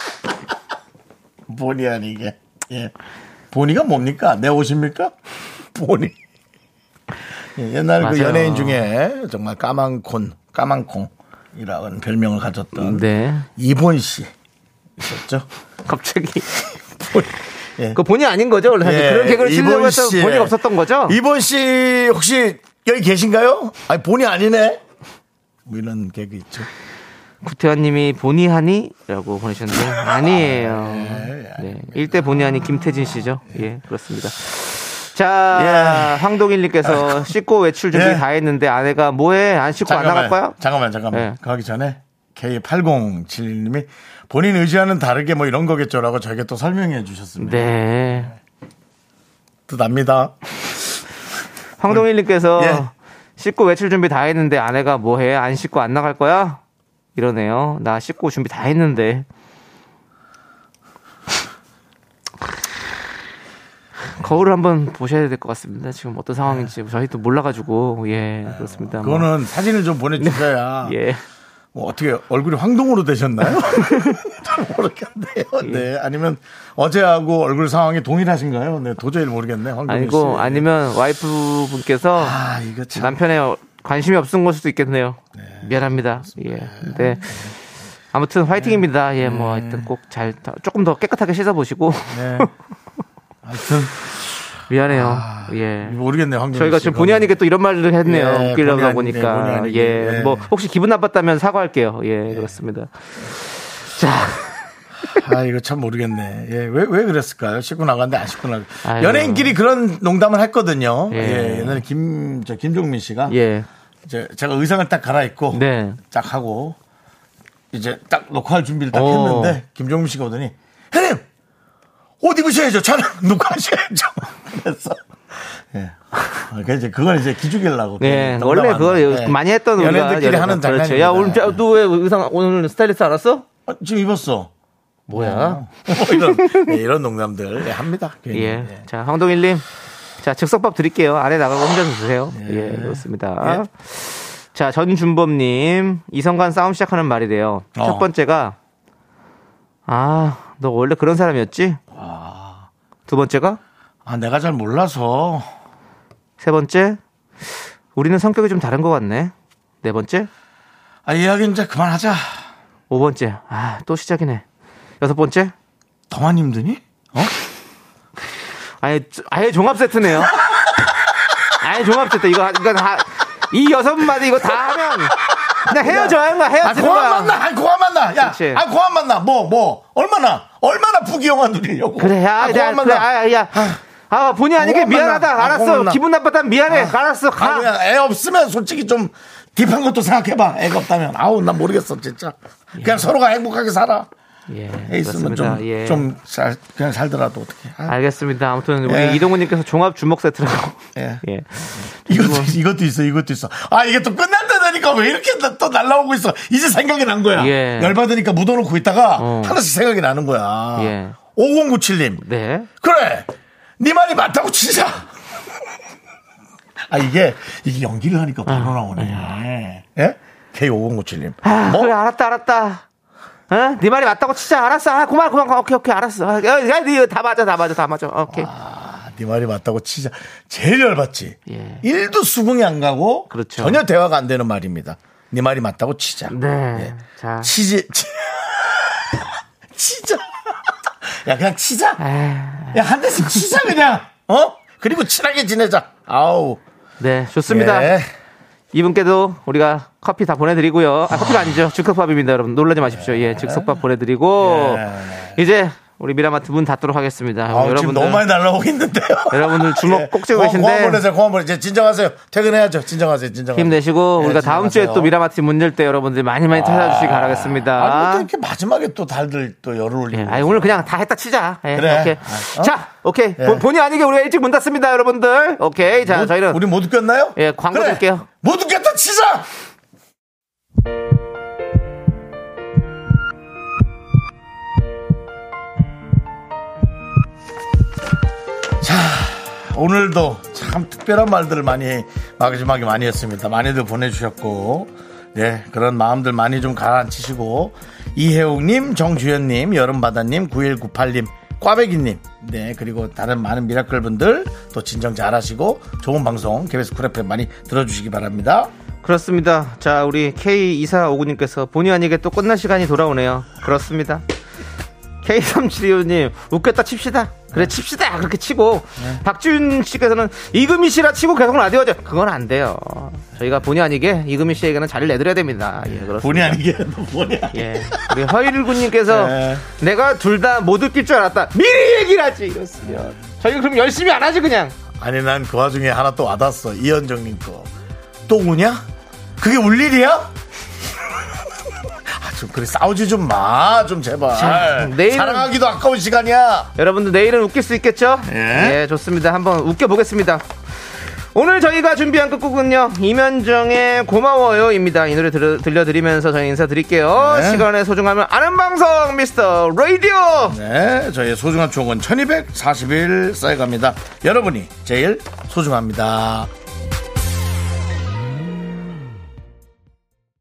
S1: [laughs] 본의 아니게 예 본의가 뭡니까 내 옷입니까 본의 예, 옛날 그
S2: 맞아요.
S1: 연예인 중에 정말 까만콘 까만콩이라는 별명을 가졌던
S2: 네.
S1: 이본 씨 있었죠
S2: 갑자기.
S1: [laughs] 예.
S2: 그 본의 아닌 거죠, 원래. 사실
S1: 예,
S2: 그런 개그를 치려고
S1: 이본
S2: 해서
S1: 씨의-
S2: 본의 없었던 거죠?
S1: 이본 씨 혹시 여기 계신가요? 아니 본이 아니네. 뭐 이런 개그 있죠.
S2: 구태환 님이 본의 하니? 라고 보내셨는데, 아니에요. 네. 일대 본의 아니 김태진 씨죠? 예, 그렇습니다. 자, 황동일 [laughs] 님께서 씻고 외출 준비
S1: 예.
S2: 다 했는데 아내가 뭐해? 안 씻고 안 나갈 거야?
S1: 잠깐만 잠깐만.
S2: 예.
S1: 가기 전에 K8071님이 본인 의지와는 다르게 뭐 이런 거겠죠라고 저에게 또 설명해 주셨습니다.
S2: 네.
S1: 뜻합니다.
S2: 황동일님께서
S1: 예.
S2: 씻고 외출 준비 다 했는데 아내가 뭐해? 안 씻고 안 나갈 거야? 이러네요. 나 씻고 준비 다 했는데. 거울을 한번 보셔야 될 것 같습니다. 지금 어떤 상황인지 저희도 몰라가지고 예 그렇습니다. 뭐,
S1: 예. 아, 그거는 사진을 좀 보내주셔야
S2: 예
S1: 뭐 어떻게 얼굴이 황동으로 되셨나요? [laughs] 잘
S2: 예.
S1: 모르겠네요. 네 아니면 어제하고 얼굴 상황이 동일하신가요? 네 도저히 모르겠네. 황동일
S2: 아니고
S1: 씨.
S2: 아니면 와이프분께서
S1: 아 이거 참
S2: 남편의 어- 관심이 없은 걸 수도 있겠네요. 미안합니다. 예. 근데 아무튼 화이팅입니다. 예, 뭐 하여튼 꼭 잘 조금 더 깨끗하게 씻어 보시고 [laughs]
S1: 네. 하여튼
S2: 미안해요. 예.
S1: 모르겠네요. 황
S2: 저희가 지금 본의 아니게 또 이런 말을 했네요.
S1: 아, 예, 본의
S2: 웃기려다
S1: 아니게, 본의
S2: 보니까.
S1: 아니게.
S2: 예.
S1: 예.
S2: 뭐 혹시 기분 나빴다면 사과할게요. 예, 그렇습니다. 자,
S1: 아 이거 참 모르겠네. 예, 왜 왜 그랬을까요? 씻고 나갔는데 안 씻고 나.
S2: 아유.
S1: 연예인끼리 그런 농담을 했거든요.
S2: 예.
S1: 예, 옛날에 김저 김종민 씨가
S2: 예.
S1: 이제 제가 의상을 딱 갈아입고
S2: 네.
S1: 딱 하고 이제 딱 녹화할 준비를 딱
S2: 오.
S1: 했는데 김종민 씨가 오더니 형님 옷 입으셔야죠. 저는 [laughs] 녹화하셔야죠. [laughs] 그래서 예. 아, 그러니까 이제 그건 이제 기죽이려고.
S2: 예,
S1: 농담
S2: 원래
S1: 안
S2: 그걸
S1: 해요. 예.
S2: 많이 했던 우리가
S1: 연예인들끼리
S2: 예전에.
S1: 하는 장난입니다.
S2: 그렇죠. 야, 오늘 너왜 의상 오늘 스타일리스트 알았어?
S1: 아, 지금 입었어.
S2: 뭐야?
S1: 뭐 이런, 예, 이런 농담들 예, 합니다. 괜히.
S2: 예.
S1: 예.
S2: 자, 황동일님. 자, 즉석밥 드릴게요. 안에 나가고 혼자서 드세요. 예, 그렇습니다. 자, 전준범님. 이성간 싸움 시작하는 말이래요.
S1: 어.
S2: 첫 번째가, 아, 너 원래 그런 사람이었지? 두 번째가,
S1: 아, 내가 잘 몰라서.
S2: 세 번째, 우리는 성격이 좀 다른 것 같네. 네 번째,
S1: 아, 이야기 이제 그만하자.
S2: 오 번째, 아, 또 시작이네. 여섯 번째,
S1: 더만 힘드니? 어?
S2: 아예 아예 종합 세트네요. 아예 종합 세트 이거 이거 다이 여섯 마디 이거 다 하면 그냥 헤어져야 하는 거야
S1: 아,
S2: 헤어지는
S1: 고만
S2: 거야.
S1: 만나! 아, 고만 만나! 야!
S2: 그치.
S1: 아, 고만 만나! 뭐, 뭐! 얼마나! 얼마나 부귀영화 누리려고!
S2: 그래 야,
S1: 아,
S2: 야
S1: 고만
S2: 그래
S1: 만나!
S2: 아, 야. 아 본의 아니게
S1: 고만
S2: 미안하다
S1: 만나. 아,
S2: 알았어
S1: 고만 만나.
S2: 기분 나빴다면 미안해 네, 알았어
S1: 아,
S2: 가
S1: 그냥 애 없으면 솔직히 좀 딥한 것도 생각해봐. 애가 없다면. 아우, 난 모르겠어, 진짜. 그냥 서로가 행복하게 살아.
S2: 예,
S1: 애 있으면
S2: 그렇습니다.
S1: 좀,
S2: 예.
S1: 좀, 살, 그냥 살더라도 아, 어떻게.
S2: 알겠습니다 아무튼 우리
S1: 예.
S2: 이동훈님께서 종합 주먹 세트라고
S1: 예.
S2: [laughs] 예.
S1: 이것도, 이것도 있어, 이것도 있어. 아, 이게 또 끝난다니까 왜 이렇게 나- 또 날라오고 있어. 이제 생각이 난 거야.
S2: 예.
S1: 열받으니까 묻어놓고 있다가
S2: 어.
S1: 하나씩 생각이 나는 거야.
S2: 예.
S1: 5097님.
S2: 네
S1: 그래! 네 말이 맞다고 치자! 아, 이게, 이게 연기를 하니까 바로 나오네. 예? K5097님.
S2: 아,
S1: 뭐?
S2: 그래 알았다 알았다 어? 네 말이 맞다고 치자 알았어 아, 고마워 고마워 고마워. 오케이 오케이 알았어 아, 야, 야, 네, 다 맞아 다 맞아 다 맞아 오케이
S1: 아, 네 말이 맞다고 치자. 제일 열받지.
S2: 예.
S1: 일도 수긍이 안 가고
S2: 그렇죠.
S1: 전혀 대화가 안 되는 말입니다. 네 말이 맞다고 치자.
S2: 네.
S1: 예.
S2: 자.
S1: 치지 치- [laughs] 치자. 야 그냥 치자.
S2: 아.
S1: 야 한 대씩 치자 그냥. 어? 그리고 친하게 지내자. 아우.
S2: 네, 좋습니다.
S1: 예.
S2: 이분께도 우리가 커피 다 보내드리고요. 아, 커피가 아니죠. 즉석밥입니다, 여러분. 놀라지 마십시오. 예, 즉석밥 보내드리고 이제 우리 미라마트 문 닫도록 하겠습니다.
S1: 예. 아우, 지금 너무 많이 날라오고 있는데요. 예.
S2: 여러분들 주먹 꼭 쥐고
S1: 고함-
S2: 계신데.
S1: 고함 보내세요. 고함 보내세요. 진정하세요. 퇴근해야죠. 진정하세요. 진정하세요.
S2: 힘내시고
S1: 예,
S2: 우리가 다음 주에
S1: 진정하세요.
S2: 또 미라마트 문 열 때 여러분들 많이 많이 찾아주시기 바라겠습니다.
S1: 아니 뭐또 이렇게 마지막에 또 달들 또 열을 올리고.
S2: 예, 아니, 오늘 그냥 다 했다 치자. 예,
S1: 그래.
S2: 오케이.
S1: 어?
S2: 자, 오케이.
S1: 예.
S2: 본, 본의 아니게 우리가 일찍 문 닫습니다, 여러분들. 오케이. 자,
S1: 못-
S2: 저희는
S1: 우리 못 웃겼나요?
S2: 예, 광고 드릴게요.
S1: 못 웃겼다 치자. 자, 오늘도 참 특별한 말들을 많이 마지막에 많이 했습니다. 많이들 보내주셨고. 네, 그런 마음들 많이 좀 가라앉히시고 이혜옥님, 정주현님, 여름바다님, 9198님, 꽈배기님, 네 그리고 다른 많은 미라클 분들 또 진정 잘하시고 좋은 방송 KBS 쿨 FM 많이 들어주시기 바랍니다.
S2: 그렇습니다. 자, 우리 K2459님께서 본의 아니게 또 끝날 시간이 돌아오네요. 그렇습니다. K3725님, 웃겼다 칩시다. 그래, 칩시다. 그렇게 치고.
S1: 네.
S2: 박지윤 씨께서는 이금희 씨라 치고 계속 라디오죠. 그건 안 돼요. 저희가 본의 아니게 이금희 씨에게는 자리를 내드려야 됩니다. 예, 그렇습니다.
S1: 네, 본의 아니게 [laughs] 너 뭐냐?
S2: 예. 우리
S1: [laughs]
S2: 허일군님께서
S1: 예.
S2: 내가 둘 다 못 웃길 줄 알았다. 미리 얘기를 하지. 이랬으면. 저희가 그럼 열심히 안 하지, 그냥.
S1: 아니 난 그 와중에 하나 또 와닿았어 이현정님 거 또 우냐? 그게 울 일이야? [laughs] 아, 좀 그래 싸우지 좀 마 좀 제발
S2: 내일은-
S1: 사랑하기도 아까운 시간이야.
S2: 여러분들 내일은 웃길 수 있겠죠?
S1: 예.
S2: 좋습니다. 한번 웃겨보겠습니다. 오늘 저희가 준비한 끝곡은요, 이면정의 고마워요입니다. 이 노래 들, 려드리면서 저희 인사드릴게요.
S1: 네.
S2: 시간의 소중함을 아는 방송, 미스터 라디오!
S1: 네, 저희의 소중한 추억은 1241 쌓여갑니다. 여러분이 제일 소중합니다.